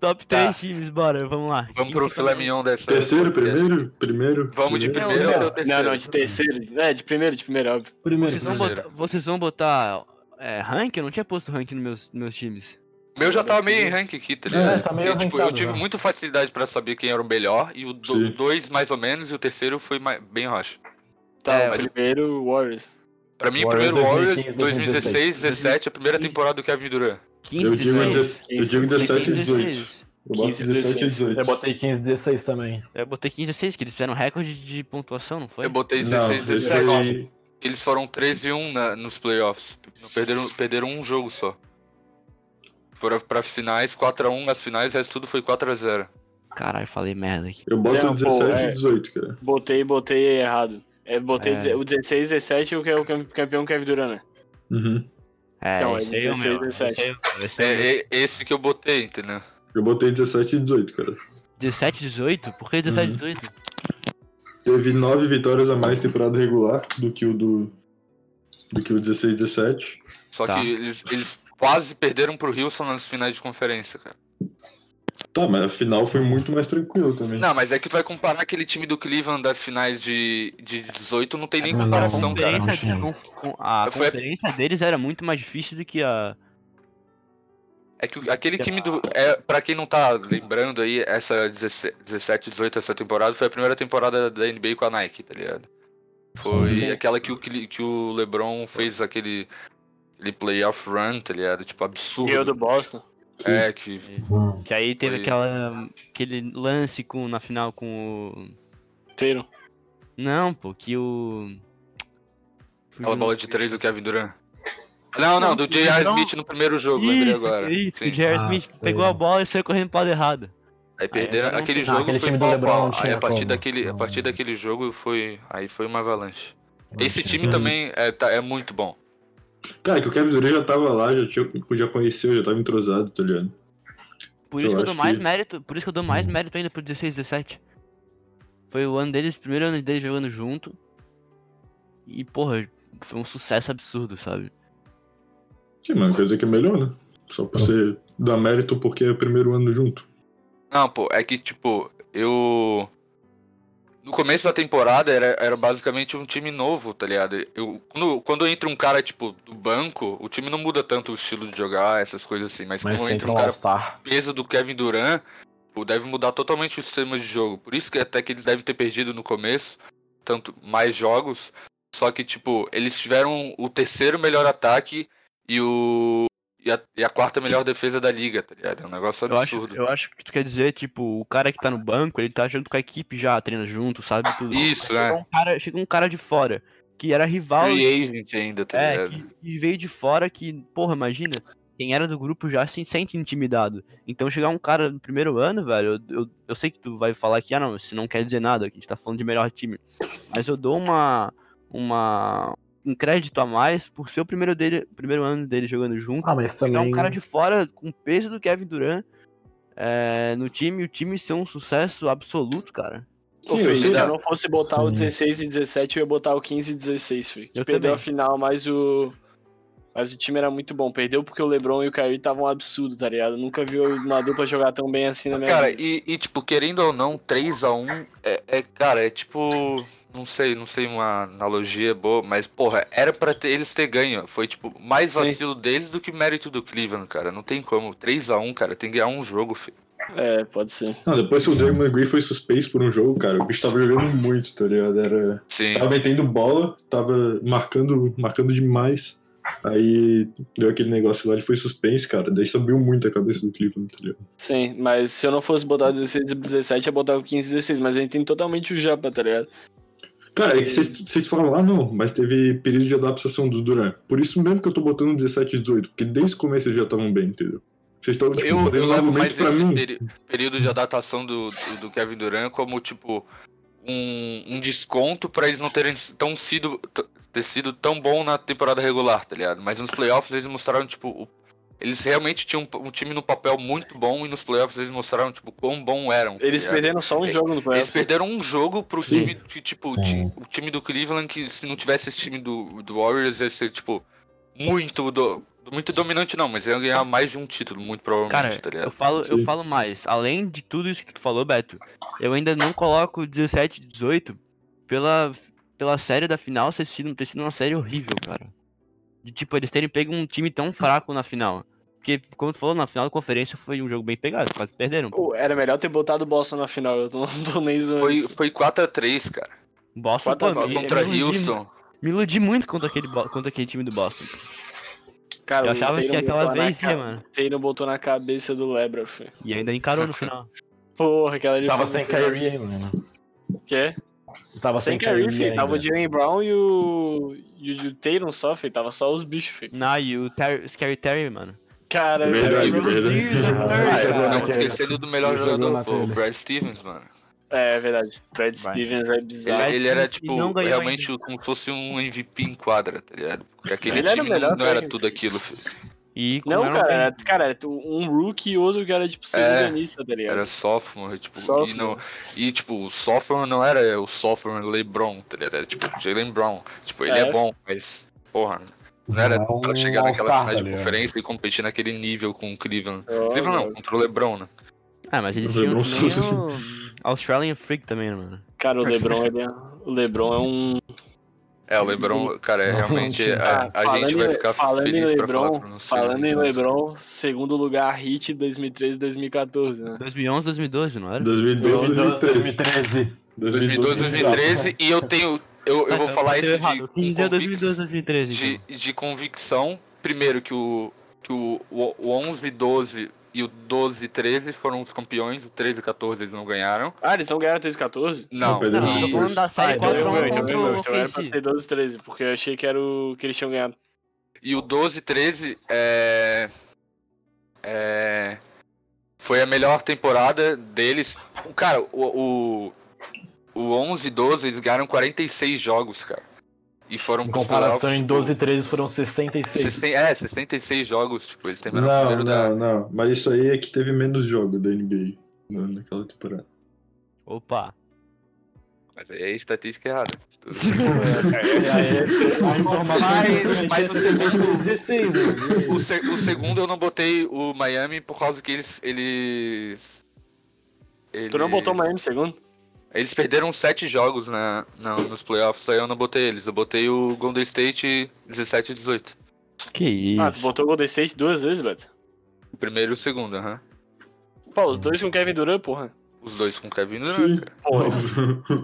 Speaker 1: Top
Speaker 2: Tá.
Speaker 1: 3 times, bora, vamos lá.
Speaker 2: Vamos pro filé mignon dessa.
Speaker 3: Terceiro,
Speaker 2: desse podcast.
Speaker 3: primeiro, primeiro.
Speaker 2: Vamos de
Speaker 4: Não,
Speaker 2: primeiro até o
Speaker 4: não.
Speaker 5: Não,
Speaker 2: terceiro.
Speaker 5: não, de terceiro. É, de primeiro, de primeiro, óbvio.
Speaker 4: Primeiro,
Speaker 1: tá Vocês vão
Speaker 4: primeiro.
Speaker 1: botar, vocês vão botar é, rank? Eu não tinha posto rank nos meus, meus times.
Speaker 2: Meu já tava meio em rank aqui, tá ligado?
Speaker 4: É, tá meio
Speaker 2: Porque, tipo, eu
Speaker 4: arrancado
Speaker 2: tive
Speaker 4: já.
Speaker 2: muita facilidade pra saber quem era o melhor, e o do-
Speaker 3: Sim.
Speaker 2: dois mais ou menos, e o terceiro foi mais- bem rocha.
Speaker 5: Tá,
Speaker 1: É,
Speaker 5: o
Speaker 1: mas-
Speaker 5: primeiro, Warriors.
Speaker 2: Pra mim, o
Speaker 4: Warriors
Speaker 2: primeiro Warriors,
Speaker 4: 2015,
Speaker 2: 2016, 17, a primeira temporada do Kevin Durant.
Speaker 1: 15,
Speaker 3: Eu digo,
Speaker 1: 16.
Speaker 3: deze- eu digo 17 e 18. Eu boto
Speaker 5: 15,
Speaker 3: 17 e 18.
Speaker 4: Eu botei 15, 16 também.
Speaker 1: Eu botei 15, 16, que eles fizeram um recorde de pontuação, não foi?
Speaker 2: Eu botei
Speaker 3: Não,
Speaker 2: 16,
Speaker 3: esse
Speaker 2: 17.
Speaker 3: foi-
Speaker 2: Eles foram 13 e 1 na- nos playoffs. Não perderam, perderam um jogo só. Foram pra finais, 4x1 as finais, o resto tudo foi 4x0.
Speaker 1: Caralho, falei merda aqui.
Speaker 3: Eu boto
Speaker 5: Não, pô,
Speaker 3: 17
Speaker 5: é.
Speaker 3: e 18, cara.
Speaker 5: Botei, botei errado. É, botei
Speaker 1: É.
Speaker 5: deze- o 16 17, o que é o cam- campeão Kevin Durant, né?
Speaker 3: Uhum.
Speaker 1: É,
Speaker 5: Então, é
Speaker 1: esse aí é o
Speaker 5: 16,
Speaker 1: meu, esse aí é o meu, esse
Speaker 2: É,
Speaker 1: aí é o meu.
Speaker 2: é esse que eu botei, entendeu?
Speaker 3: Eu botei 17 e 18, cara.
Speaker 1: 17, 18? Por que 17,
Speaker 3: Uhum.
Speaker 1: 18?
Speaker 3: Teve 9 vitórias a mais temporada regular do que o do. Do que o 16 e 17.
Speaker 2: Só
Speaker 1: Tá.
Speaker 2: que eles, eles quase perderam pro Houston nas finais de conferência, cara.
Speaker 3: Tá, mas a final foi muito mais tranquilo também.
Speaker 2: Não, mas é que tu vai comparar aquele time do Cleveland das finais de, de 18, não tem nem
Speaker 4: Não,
Speaker 2: comparação,
Speaker 4: não tem.
Speaker 2: cara.
Speaker 1: Conferência-
Speaker 4: tinha.
Speaker 1: conf- com- a
Speaker 2: Foi-
Speaker 1: conferência deles era muito mais difícil do que a.
Speaker 2: É que aquele time do. É, pra quem não tá lembrando aí, essa 17, 18, essa temporada foi a primeira temporada da NBA com a Nike, tá ligado? Foi
Speaker 4: Sim.
Speaker 2: aquela que o, Cle- que o LeBron fez aquele, aquele playoff run, tá ligado? Tipo,
Speaker 1: Uhum.
Speaker 2: absurdo.
Speaker 5: Eu do Boston.
Speaker 2: É, que.
Speaker 4: Hum.
Speaker 1: Que aí teve
Speaker 2: Foi-
Speaker 1: aquela, aquele lance com, na final com o.
Speaker 5: Inteiro.
Speaker 1: Não, pô, que o.
Speaker 2: Aquela bola de 3 do Kevin Durant. Não, não, do J.R.
Speaker 1: LeBron-
Speaker 2: Smith no primeiro jogo, lembrei
Speaker 1: Isso, é
Speaker 2: agora.
Speaker 1: isso, que
Speaker 2: Sim.
Speaker 1: o J.R.
Speaker 4: Ah,
Speaker 1: Smith
Speaker 4: sei.
Speaker 1: pegou a bola e saiu correndo pro lado errado.
Speaker 2: Aí perderam
Speaker 1: não
Speaker 2: aquele
Speaker 1: tem-
Speaker 2: jogo
Speaker 4: Ah, aquele
Speaker 2: foi
Speaker 4: time do
Speaker 2: pau a
Speaker 4: LeBron
Speaker 2: pau.
Speaker 4: não
Speaker 2: Aí
Speaker 4: tinha
Speaker 2: a partir
Speaker 4: como.
Speaker 2: daquele, a
Speaker 4: Não.
Speaker 2: partir daquele jogo foi, aí foi uma avalanche. Esse time
Speaker 3: Uhum.
Speaker 2: também é, tá- é muito bom.
Speaker 3: Cara, é que o Kevin Durant já tava lá, já, tinha, já conheceu, já tava entrosado, tá ligado?
Speaker 1: Por
Speaker 3: Eu
Speaker 1: isso que eu
Speaker 3: acho
Speaker 1: dou mais
Speaker 3: que- Uhum.
Speaker 1: mérito, por isso que eu dou mais mérito ainda pro 16 17. Foi o ano deles, primeiro ano deles jogando junto. E porra, foi um sucesso absurdo, sabe?
Speaker 3: Sim, mas quer dizer que é melhor, né? Só pra você dar mérito porque é primeiro ano junto.
Speaker 2: Não, pô, é que, tipo, eu. No começo da temporada era, era basicamente um time novo, tá ligado? Eu, quando, quando entra um cara, tipo, do banco, o time não muda tanto o estilo de jogar, essas coisas assim. Mas,
Speaker 4: Mas
Speaker 2: quando
Speaker 4: sempre
Speaker 2: entra
Speaker 4: um
Speaker 2: um cara
Speaker 4: All-Star.
Speaker 2: peso do Kevin Durant, pô, deve mudar totalmente o sistema de jogo. Por isso que até que eles devem ter perdido no começo, tanto mais jogos. Só que, tipo, eles tiveram o terceiro melhor ataque e o. E a, e a quarta melhor defesa da liga, tá ligado? É um negócio
Speaker 1: Eu acho,
Speaker 2: absurdo.
Speaker 1: eu acho que tu quer dizer, tipo, o cara que tá no banco, ele tá junto com a equipe já, treina junto, sabe tudo.
Speaker 2: Isso,
Speaker 1: Chega
Speaker 2: né?
Speaker 1: um cara, chega um cara de fora, que era rival
Speaker 2: Free agent ainda, tá
Speaker 1: É,
Speaker 2: ligado?
Speaker 1: que, que veio de fora que, porra, imagina. quem era do grupo já se sente intimidado. Então chegar um cara no primeiro ano, velho, eu, eu, eu sei que tu vai falar que, ah não, isso não quer dizer nada, que a gente tá falando de melhor time. Mas eu dou uma. uma um crédito a mais por ser o primeiro, dele, primeiro ano dele jogando junto.
Speaker 4: Ah, mas
Speaker 1: É um
Speaker 4: também.
Speaker 1: cara de fora com o peso do Kevin Durant é, no time, o time ser um sucesso absoluto, cara.
Speaker 5: Ô,
Speaker 3: Sim,
Speaker 5: Fê,
Speaker 3: eu
Speaker 5: se
Speaker 3: sei.
Speaker 5: eu não fosse botar o
Speaker 4: Sim.
Speaker 5: 16 e 17, eu ia botar o 15 e 16, Fê. Que
Speaker 1: Eu
Speaker 5: perdeu
Speaker 1: também.
Speaker 5: a final, mas o. Mas o time era muito bom. Perdeu porque o Lebron e o Kyrie estavam um absurdo, tá ligado? Nunca vi uma dupla jogar tão bem assim na minha
Speaker 2: Cara,
Speaker 5: vida.
Speaker 2: e, e, tipo, querendo ou não, 3x1 é, é, cara, é tipo. Não sei, não sei uma analogia boa, mas, porra, era pra ter- eles ter ganho. Foi, tipo, mais
Speaker 5: Sim.
Speaker 2: vacilo deles do que mérito do Cleveland, cara. Não tem como. 3x1, cara, tem que ganhar um jogo, filho.
Speaker 5: É, pode ser.
Speaker 3: Não, depois que o Draymond Green foi suspenso por um jogo, cara, o bicho tava jogando muito, tá ligado? Era...
Speaker 2: Sim.
Speaker 3: Tava metendo bola, tava marcando, marcando demais. Aí deu aquele negócio lá, ele foi suspenso, cara. Daí subiu muito a cabeça do Cleveland, tá ligado?
Speaker 5: Sim, mas se eu não fosse botar o 16 e 17, eu ia botar o 15 e 16. Mas eu entendo totalmente o Japa, tá ligado?
Speaker 3: Cara, é que vocês- vocês falam, ah não, mas teve período de adaptação do Duran. Por isso mesmo que eu tô botando 17 e 18, porque desde o começo eles já estavam bem, entendeu? Vocês estão tipo,
Speaker 2: Eu, eu
Speaker 3: fazendo um
Speaker 2: levo mais
Speaker 3: argumento pra
Speaker 2: esse
Speaker 3: mim.
Speaker 2: peri- período de adaptação do, do, do Kevin Durant como, tipo, um, um desconto pra eles não terem s- tão sido, t- ter sido tão bom na temporada regular, tá ligado? Mas nos playoffs eles mostraram, tipo, o- eles realmente tinham um, p- um time no papel muito bom e nos playoffs eles mostraram, tipo, quão bom eram. tá
Speaker 5: Eles
Speaker 2: ligado?
Speaker 5: perderam só um
Speaker 2: É,
Speaker 5: jogo no
Speaker 2: Eles
Speaker 5: playoff.
Speaker 2: perderam um jogo pro
Speaker 3: Sim.
Speaker 2: time, que, tipo,
Speaker 4: Sim.
Speaker 2: ti- o time do Cleveland, que se não tivesse esse time do, do Warriors, ia ser, tipo, muito, do, muito dominante, não, mas ia ganhar mais de um título, muito
Speaker 1: Cara,
Speaker 2: provavelmente, tá
Speaker 1: eu
Speaker 2: ligado?
Speaker 1: falo, eu
Speaker 3: Sim.
Speaker 1: falo mais. Além de tudo isso que tu falou, Beto, eu ainda não coloco 17 18 pela, pela série da final ter sido, ter sido uma série horrível, cara. De tipo, eles terem pego um time tão fraco na final. Porque, como tu falou, na final da conferência foi um jogo bem pegado, quase perderam.
Speaker 5: Pô, era melhor ter botado o Boston na final. Eu não tô nem zoando.
Speaker 2: Foi, foi 4x3, cara.
Speaker 1: Boston, pô,
Speaker 5: quatro a
Speaker 1: me,
Speaker 5: nove
Speaker 2: Contra
Speaker 1: me iludi-
Speaker 2: Houston.
Speaker 1: Me iludi muito contra aquele, Bo- contra aquele time do Boston.
Speaker 5: Cara,
Speaker 1: eu
Speaker 5: o
Speaker 1: achava que
Speaker 5: Tatum
Speaker 1: aquela
Speaker 5: botou na
Speaker 1: vez
Speaker 5: ca-
Speaker 1: ia, mano.
Speaker 5: Tatum botou na cabeça do Lebron, filho.
Speaker 1: E ainda encarou no final.
Speaker 5: Porra, aquela ali
Speaker 4: Tava
Speaker 5: foi
Speaker 4: sem
Speaker 5: muito-
Speaker 4: Kyrie aí, mano.
Speaker 5: Quê?
Speaker 4: Tava
Speaker 5: Sem
Speaker 4: sem,
Speaker 5: Kyrie,
Speaker 4: Kyrie
Speaker 5: filho. Tava o
Speaker 4: ainda.
Speaker 5: Jalen Brown e o... E o Tatum só, filho. Tava só os bichos, filho.
Speaker 1: Na e o Terry, Scary Terry, mano.
Speaker 5: Cara,
Speaker 3: Verdade,
Speaker 5: velho.
Speaker 3: verdade.
Speaker 2: Ah,
Speaker 4: Ele
Speaker 2: eu
Speaker 4: jogou
Speaker 2: tava
Speaker 4: naquele-
Speaker 2: esquecendo do melhor
Speaker 4: ele jogou
Speaker 2: jogador,
Speaker 4: naquele.
Speaker 2: pô, o Brad Stevens, mano.
Speaker 5: É verdade. Brad
Speaker 1: Vai.
Speaker 5: Stevens é
Speaker 2: Ele,
Speaker 5: bizarro.
Speaker 1: Brad
Speaker 2: ele era,
Speaker 1: Stevens
Speaker 2: tipo,
Speaker 1: não ganhou
Speaker 2: realmente como se fosse um MVP em quadra, tá ligado? Porque aquele
Speaker 5: Ele era o
Speaker 2: time
Speaker 5: melhor
Speaker 2: não, não era
Speaker 5: técnico.
Speaker 2: tudo aquilo, filho.
Speaker 1: E como
Speaker 5: Não,
Speaker 1: era um
Speaker 5: cara, era- cara, era um rookie e outro que era tipo segundanista, tá ligado?
Speaker 2: Era sophomore, tipo,
Speaker 5: Sophomore.
Speaker 2: E, não, e tipo, o sophomore não era o sophomore LeBron, tá ligado? Era tipo Jalen Brown. Tipo, ele é.
Speaker 5: É.
Speaker 2: bom, mas, porra, não era
Speaker 4: Não é um
Speaker 2: pra chegar naquela
Speaker 4: all-star,
Speaker 2: final
Speaker 4: tá
Speaker 2: de
Speaker 4: ligado?
Speaker 2: conferência e competir naquele nível com o Cleveland.
Speaker 5: Ó,
Speaker 2: Cleveland não,
Speaker 5: mano.
Speaker 2: contra o LeBron, né?
Speaker 1: Ah, mas eles
Speaker 3: Os
Speaker 1: tinham
Speaker 3: LeBron
Speaker 1: também
Speaker 3: Souls.
Speaker 1: o Australian Freak também, né, mano?
Speaker 5: Cara, o
Speaker 1: Acho que-
Speaker 5: Lebron, ele é... o Lebron é um.
Speaker 2: É, o LeBron, cara, é
Speaker 4: Não,
Speaker 2: realmente.
Speaker 4: sim.
Speaker 2: A, a
Speaker 5: Ah, falando
Speaker 2: gente
Speaker 5: em-
Speaker 2: vai ficar
Speaker 5: falando em
Speaker 2: feliz pra falar
Speaker 5: LeBron,
Speaker 2: pra você.
Speaker 5: Falando em Lebron, segundo lugar, hit 2013 2014, né?
Speaker 1: 2011, 2012,
Speaker 2: né?
Speaker 1: não era?
Speaker 3: 2012, 2013.
Speaker 4: 2013.
Speaker 2: 2012, 2013, e eu tenho. Eu, eu vou
Speaker 1: Ah,
Speaker 2: falar isso de,
Speaker 1: errado. 15 é 2012, 2013.
Speaker 2: de,
Speaker 1: então.
Speaker 2: de convicção. Primeiro, que o, que o, o, o 11, 12 e o 12 e 13 foram os campeões, o 13 e 14 eles não ganharam.
Speaker 5: Ah, eles não ganharam 13 14?
Speaker 2: Não,
Speaker 3: Não, perdeu
Speaker 1: Não, eu tô
Speaker 2: e,
Speaker 3: muito.
Speaker 1: falando da
Speaker 5: Ah,
Speaker 1: série
Speaker 5: então
Speaker 1: 4
Speaker 5: eu ganhei,
Speaker 1: contra
Speaker 5: então eu ganhei.
Speaker 1: o
Speaker 5: Então era pra ser
Speaker 1: OKC.
Speaker 5: 12 13, porque eu achei que era o que eles tinham ganhado.
Speaker 2: e o 12 e 13 é. É. Foi a melhor temporada deles. O Cara, o. o o 11 e 12 eles ganharam 46 jogos, cara. E foram
Speaker 4: Em
Speaker 2: pros
Speaker 4: comparação,
Speaker 2: playoffs,
Speaker 4: em
Speaker 2: tipo,
Speaker 4: 12 e 13 foram 66.
Speaker 2: 60, é, 66 jogos, tipo, eles terminaram
Speaker 3: Não,
Speaker 2: primeiro da.
Speaker 3: não, não. Mas isso aí é que teve menos jogo da NBA na- né, naquela temporada.
Speaker 1: Opa.
Speaker 2: Mas aí é estatística errada. Mas- mas o segundo-
Speaker 4: A que eu tinha era 16. mano.
Speaker 2: o, se- o segundo eu não botei o Miami por causa que eles. Eles. eles
Speaker 5: Tu não botou o Miami segundo?
Speaker 2: Eles perderam sete jogos na, na- nos playoffs, aí eu não botei eles. Eu botei o Golden State 17 e 18.
Speaker 1: Que isso.
Speaker 5: Ah, tu botou o Golden State duas vezes, Beto?
Speaker 2: O primeiro e o segundo, aham.
Speaker 5: Pô, os dois com o Kevin Durant, porra.
Speaker 2: Os dois com o Kevin
Speaker 3: Sim.
Speaker 2: Durant,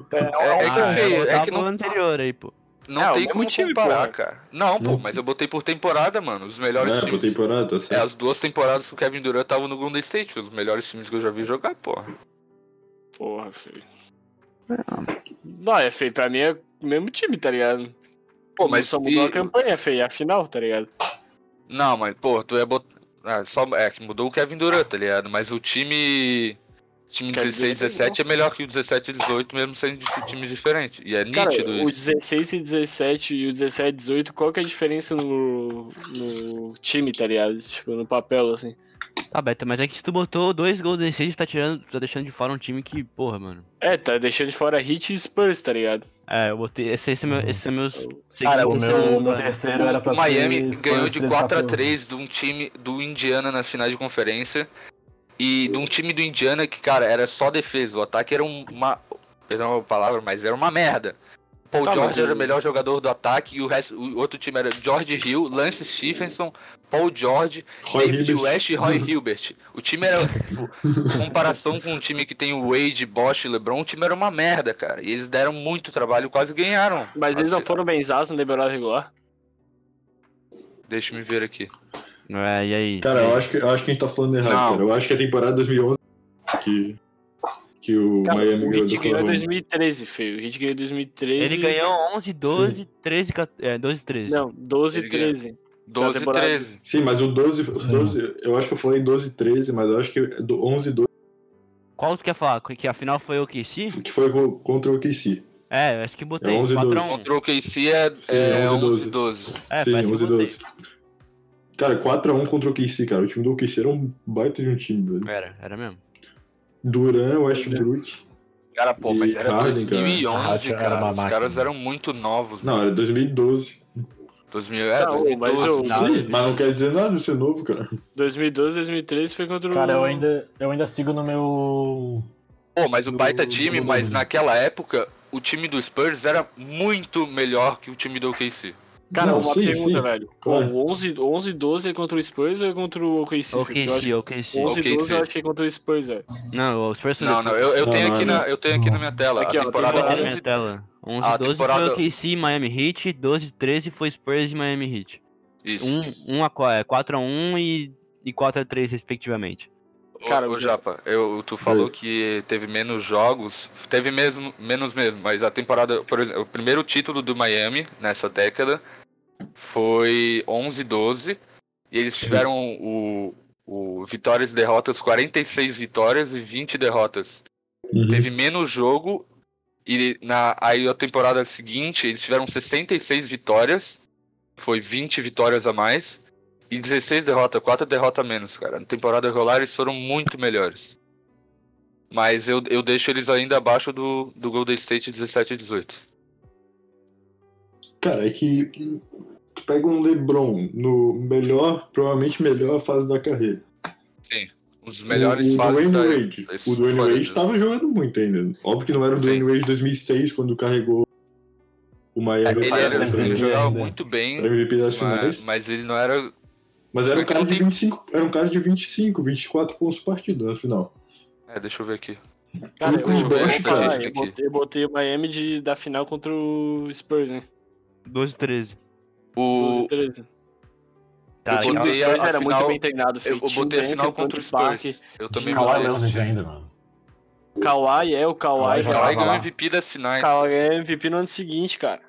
Speaker 2: cara.
Speaker 1: Ah,
Speaker 2: é que, feio,
Speaker 1: eu
Speaker 2: é
Speaker 1: tava
Speaker 2: que
Speaker 1: no
Speaker 2: não-
Speaker 1: anterior aí, pô.
Speaker 2: Não
Speaker 5: É, o
Speaker 2: tem
Speaker 5: mesmo
Speaker 2: como
Speaker 5: time,
Speaker 2: comparar,
Speaker 5: pô.
Speaker 2: cara. Não, pô,
Speaker 3: Não.
Speaker 2: mas eu botei por temporada, mano. Os melhores
Speaker 3: É, pra
Speaker 2: times.
Speaker 3: temporada, tá
Speaker 2: É,
Speaker 3: certo.
Speaker 2: as duas temporadas que o Kevin Durant tava no Golden State, os melhores times que eu já vi jogar, porra.
Speaker 5: Porra, feio. Não, é feio. Pra mim é o mesmo time, tá ligado?
Speaker 2: Pô, mas.
Speaker 5: só
Speaker 2: e-
Speaker 5: mudou a campanha, feio. É a final, tá ligado?
Speaker 2: Não, mas, pô, tu ia botar. Ah, só, é, que mudou o Kevin Durant, tá ligado? Mas o time. Time
Speaker 5: Kevin
Speaker 2: 16
Speaker 5: Durant é
Speaker 2: 17 é melhor que o 17 e 18, mesmo sendo de times diferentes. E é
Speaker 5: Cara,
Speaker 2: nítido
Speaker 5: o
Speaker 2: isso.
Speaker 5: 16 e 17 e o 17 e 18, qual que é a diferença no, no time, tá ligado? Tipo, no papel, assim.
Speaker 1: Tá, Beto, mas é que se tu botou dois Golden State, tu tá tirando, tu tá deixando de fora um time que, porra, mano.
Speaker 5: É, tá deixando de fora Heat e Spurs, tá ligado?
Speaker 1: É, eu botei. Esse, esse, é, meu, esse é meus.
Speaker 2: Cara,
Speaker 4: O
Speaker 1: segundo, né?
Speaker 4: meu, meu terceiro era pra
Speaker 2: O Miami
Speaker 4: ser
Speaker 2: ganhou
Speaker 4: Spurs
Speaker 2: de
Speaker 4: 14.
Speaker 2: 4 a 3 de um time do Indiana nas finais de conferência. E de um time do Indiana que, cara, era só defesa. O ataque era um- uma. Perdão a palavra, mas era uma merda. Paul
Speaker 5: Tá,
Speaker 2: George
Speaker 5: mas
Speaker 2: era
Speaker 5: o-
Speaker 2: o melhor jogador do ataque e o, resto, o outro time era George Hill, Lance Stephenson, Paul George,
Speaker 3: Roy
Speaker 2: é, David
Speaker 3: Hibbert.
Speaker 2: West e Roy Hilbert. O time era. tipo, em comparação com um time que tem o Wade, Bosch e LeBron, o time era uma merda, cara. E eles deram muito trabalho, quase ganharam.
Speaker 5: Mas eles não
Speaker 2: é-
Speaker 5: foram benzados na temporada regular.
Speaker 2: Deixa eu me ver aqui.
Speaker 1: É, e aí?
Speaker 3: Cara,
Speaker 1: E aí?
Speaker 3: eu acho, que, eu acho que a gente tá falando errado,
Speaker 2: Não.
Speaker 3: cara. Eu acho que é a temporada 2011 que, que o
Speaker 5: Cara,
Speaker 3: Miami
Speaker 5: o
Speaker 3: ganhou
Speaker 5: Heat
Speaker 3: do
Speaker 5: ganhou em
Speaker 3: Oklahoma.
Speaker 5: 2013, feio. O Heat ganhou em 2013.
Speaker 1: Ele ganhou 11, 12, 13, 14, é, 12, 13.
Speaker 5: Não, 12 e
Speaker 2: Ele ganhou.
Speaker 5: 13.
Speaker 2: 12 e
Speaker 5: temporada-
Speaker 2: 13.
Speaker 3: Sim, mas o 12, o
Speaker 4: Sim.
Speaker 3: 12, eu acho que eu falei 12 e 13, mas eu acho que é do 11 e 12,
Speaker 1: Qual tu quer falar? Que afinal foi o KC?
Speaker 3: que foi co- contra o KC.
Speaker 1: É, essa que eu botei.
Speaker 3: É 11 e 12.
Speaker 1: 4x1.
Speaker 2: Contra o KC é, é 11
Speaker 3: 11
Speaker 2: e 12.
Speaker 1: É, parece
Speaker 3: Sim, 11
Speaker 1: que
Speaker 3: e
Speaker 1: eu botei.
Speaker 3: 12. Cara, 4x1 contra o KC, cara. O time do KC era um baita de um time, velho.
Speaker 1: Era, era mesmo.
Speaker 3: Duran, Westbrook.
Speaker 2: Cara, pô,
Speaker 3: E
Speaker 2: mas era
Speaker 3: Harden, cara.
Speaker 2: 2011,
Speaker 4: Harden
Speaker 2: cara.
Speaker 4: era uma
Speaker 2: Os
Speaker 4: máquina.
Speaker 2: caras eram muito novos.
Speaker 3: Não, era 2012.
Speaker 2: 2000, é,
Speaker 5: Não, mas
Speaker 2: 2012.
Speaker 5: eu-
Speaker 1: Não,
Speaker 3: Sim, mas não quer dizer nada de ser novo, cara.
Speaker 5: 2012, 2013 foi contra o.
Speaker 4: Cara, eu ainda, eu ainda sigo no meu.
Speaker 2: Pô, mas o baita
Speaker 4: do-
Speaker 2: time,
Speaker 4: do-
Speaker 2: mas naquela época, o time do Spurs era muito melhor que o time do OKC.
Speaker 5: Cara,
Speaker 3: Não,
Speaker 5: uma
Speaker 3: sim,
Speaker 5: pergunta,
Speaker 3: sim,
Speaker 5: velho.
Speaker 3: claro.
Speaker 5: O 11, 11 e 12 é contra o Spurs ou é contra o OKC?
Speaker 1: O
Speaker 5: Porque eu acho
Speaker 1: KC, o KC.
Speaker 5: que 11 e
Speaker 2: OKC.
Speaker 5: 12 eu acho que é contra o Spurs, velho.
Speaker 1: Não, o Spurs foi
Speaker 2: Não, não, eu, eu
Speaker 3: Não,
Speaker 2: tenho
Speaker 3: não, é
Speaker 2: aqui
Speaker 3: não.
Speaker 2: na, eu tenho aqui na minha tela.
Speaker 5: Aqui,
Speaker 2: a
Speaker 5: ó, um
Speaker 2: temporada
Speaker 5: temporada-
Speaker 2: 11
Speaker 1: na tela. 11
Speaker 2: A
Speaker 1: e 12
Speaker 2: temporada-
Speaker 1: foi o KC, Miami Heat, 12 e 13 foi Spurs e Miami Heat.
Speaker 2: Isso.
Speaker 1: 1, 1 a 4, 4 a 1 e, e 4 a 3 respectivamente.
Speaker 5: Cara, um
Speaker 2: Cara, o
Speaker 5: eu-
Speaker 2: Japa, eu, tu falou que teve menos jogos, teve mesmo, menos mesmo, mas a temporada, por exemplo, o primeiro título do Miami nessa década foi 11-12, e eles tiveram o, o vitórias e derrotas, 46 vitórias e 20 derrotas.
Speaker 3: Uhum.
Speaker 1: Uhum.
Speaker 2: Teve menos jogo, e na, aí a temporada seguinte eles tiveram 66 vitórias, foi 20 vitórias a mais. E 16 derrota, 4 derrota a menos, cara. Na temporada regular eles foram muito melhores. Mas eu, eu deixo eles ainda abaixo do, do Golden State 17 e 18.
Speaker 3: Cara, é que que tu pega um LeBron no melhor, provavelmente melhor fase da carreira.
Speaker 2: Um dos melhores
Speaker 3: o, o
Speaker 2: fases
Speaker 3: Dwayne
Speaker 2: da...
Speaker 3: Wade.
Speaker 2: da
Speaker 3: O Dwayne
Speaker 2: história
Speaker 3: Wade
Speaker 2: do-
Speaker 3: tava jogando muito ainda. Óbvio que não era o
Speaker 2: Sim.
Speaker 3: Dwayne Wade de 2006 quando carregou o Miami
Speaker 2: Ele,
Speaker 4: Ele
Speaker 2: era,
Speaker 4: sempre
Speaker 2: ele
Speaker 3: é
Speaker 4: bem
Speaker 2: jogava
Speaker 4: ainda.
Speaker 2: muito
Speaker 3: para
Speaker 2: bem,
Speaker 3: MVP das
Speaker 2: mas,
Speaker 3: finais.
Speaker 2: mas ele não era.
Speaker 3: Mas era um
Speaker 2: mas
Speaker 3: cara
Speaker 2: não
Speaker 3: de
Speaker 2: tem-
Speaker 3: 25, era um cara de 25, 24 pontos por partida na final.
Speaker 2: É, deixa eu ver aqui.
Speaker 5: Cara, eu,
Speaker 3: Lucas
Speaker 5: eu, vou
Speaker 3: Bosch,
Speaker 5: falar,
Speaker 2: cara.
Speaker 5: eu botei, eu botei o Miami de, da final contra o Spurs, né?
Speaker 1: 12 e 13.
Speaker 2: O,
Speaker 5: 12, 13.
Speaker 1: Cara,
Speaker 5: o time do
Speaker 1: aquela-
Speaker 2: botei a-
Speaker 5: Spurs
Speaker 2: a
Speaker 5: era muito
Speaker 2: final-
Speaker 5: bem treinado,
Speaker 2: eu,
Speaker 5: feio.
Speaker 2: eu botei a final contra o Spurs. Eu também botei
Speaker 4: Kawhi
Speaker 5: Kawhi Leonard
Speaker 2: esse
Speaker 4: Leonard
Speaker 2: time.
Speaker 4: ainda, mano.
Speaker 5: Kawhi é o
Speaker 4: Kawhi
Speaker 5: Kawhi.
Speaker 2: Kawhi
Speaker 4: já jogava
Speaker 2: ganhou
Speaker 4: lá.
Speaker 2: MVP das finais.
Speaker 5: Kawhi é MVP no ano seguinte, cara.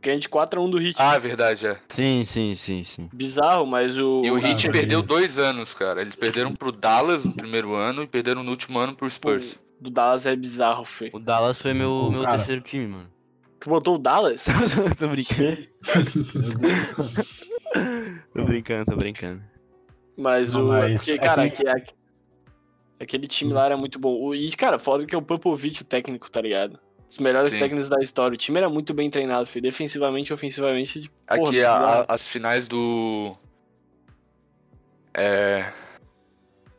Speaker 5: Ganha de 4x1 do Hit.
Speaker 2: Ah, verdade, é.
Speaker 1: Sim, sim, sim, sim.
Speaker 5: Bizarro, mas o.
Speaker 2: E o
Speaker 4: Cara,
Speaker 2: Heat
Speaker 4: mas
Speaker 2: perdeu
Speaker 4: eles-
Speaker 2: dois anos, cara. Eles perderam pro Dallas no primeiro ano e perderam no último ano pro Spurs.
Speaker 5: o do Dallas é bizarro, feio.
Speaker 1: O Dallas foi meu,
Speaker 4: O
Speaker 1: meu
Speaker 4: cara-
Speaker 1: terceiro time, mano.
Speaker 5: Tu botou o Dallas?
Speaker 1: tô brincando,
Speaker 4: Que? Meu Deus.
Speaker 1: tô brincando, tô brincando.
Speaker 5: Mas
Speaker 4: Não,
Speaker 5: o.
Speaker 4: mas
Speaker 5: porque,
Speaker 4: é
Speaker 5: cara, aque- aque- aquele time lá era muito bom. O- E, cara, foda que é o Popovich o técnico, tá ligado? Os melhores
Speaker 2: Sim.
Speaker 5: técnicos da história. O time era muito bem treinado, filho. Defensivamente e ofensivamente. tipo, porra,
Speaker 2: Aqui a-
Speaker 5: bizarro.
Speaker 2: a- as finais do. É.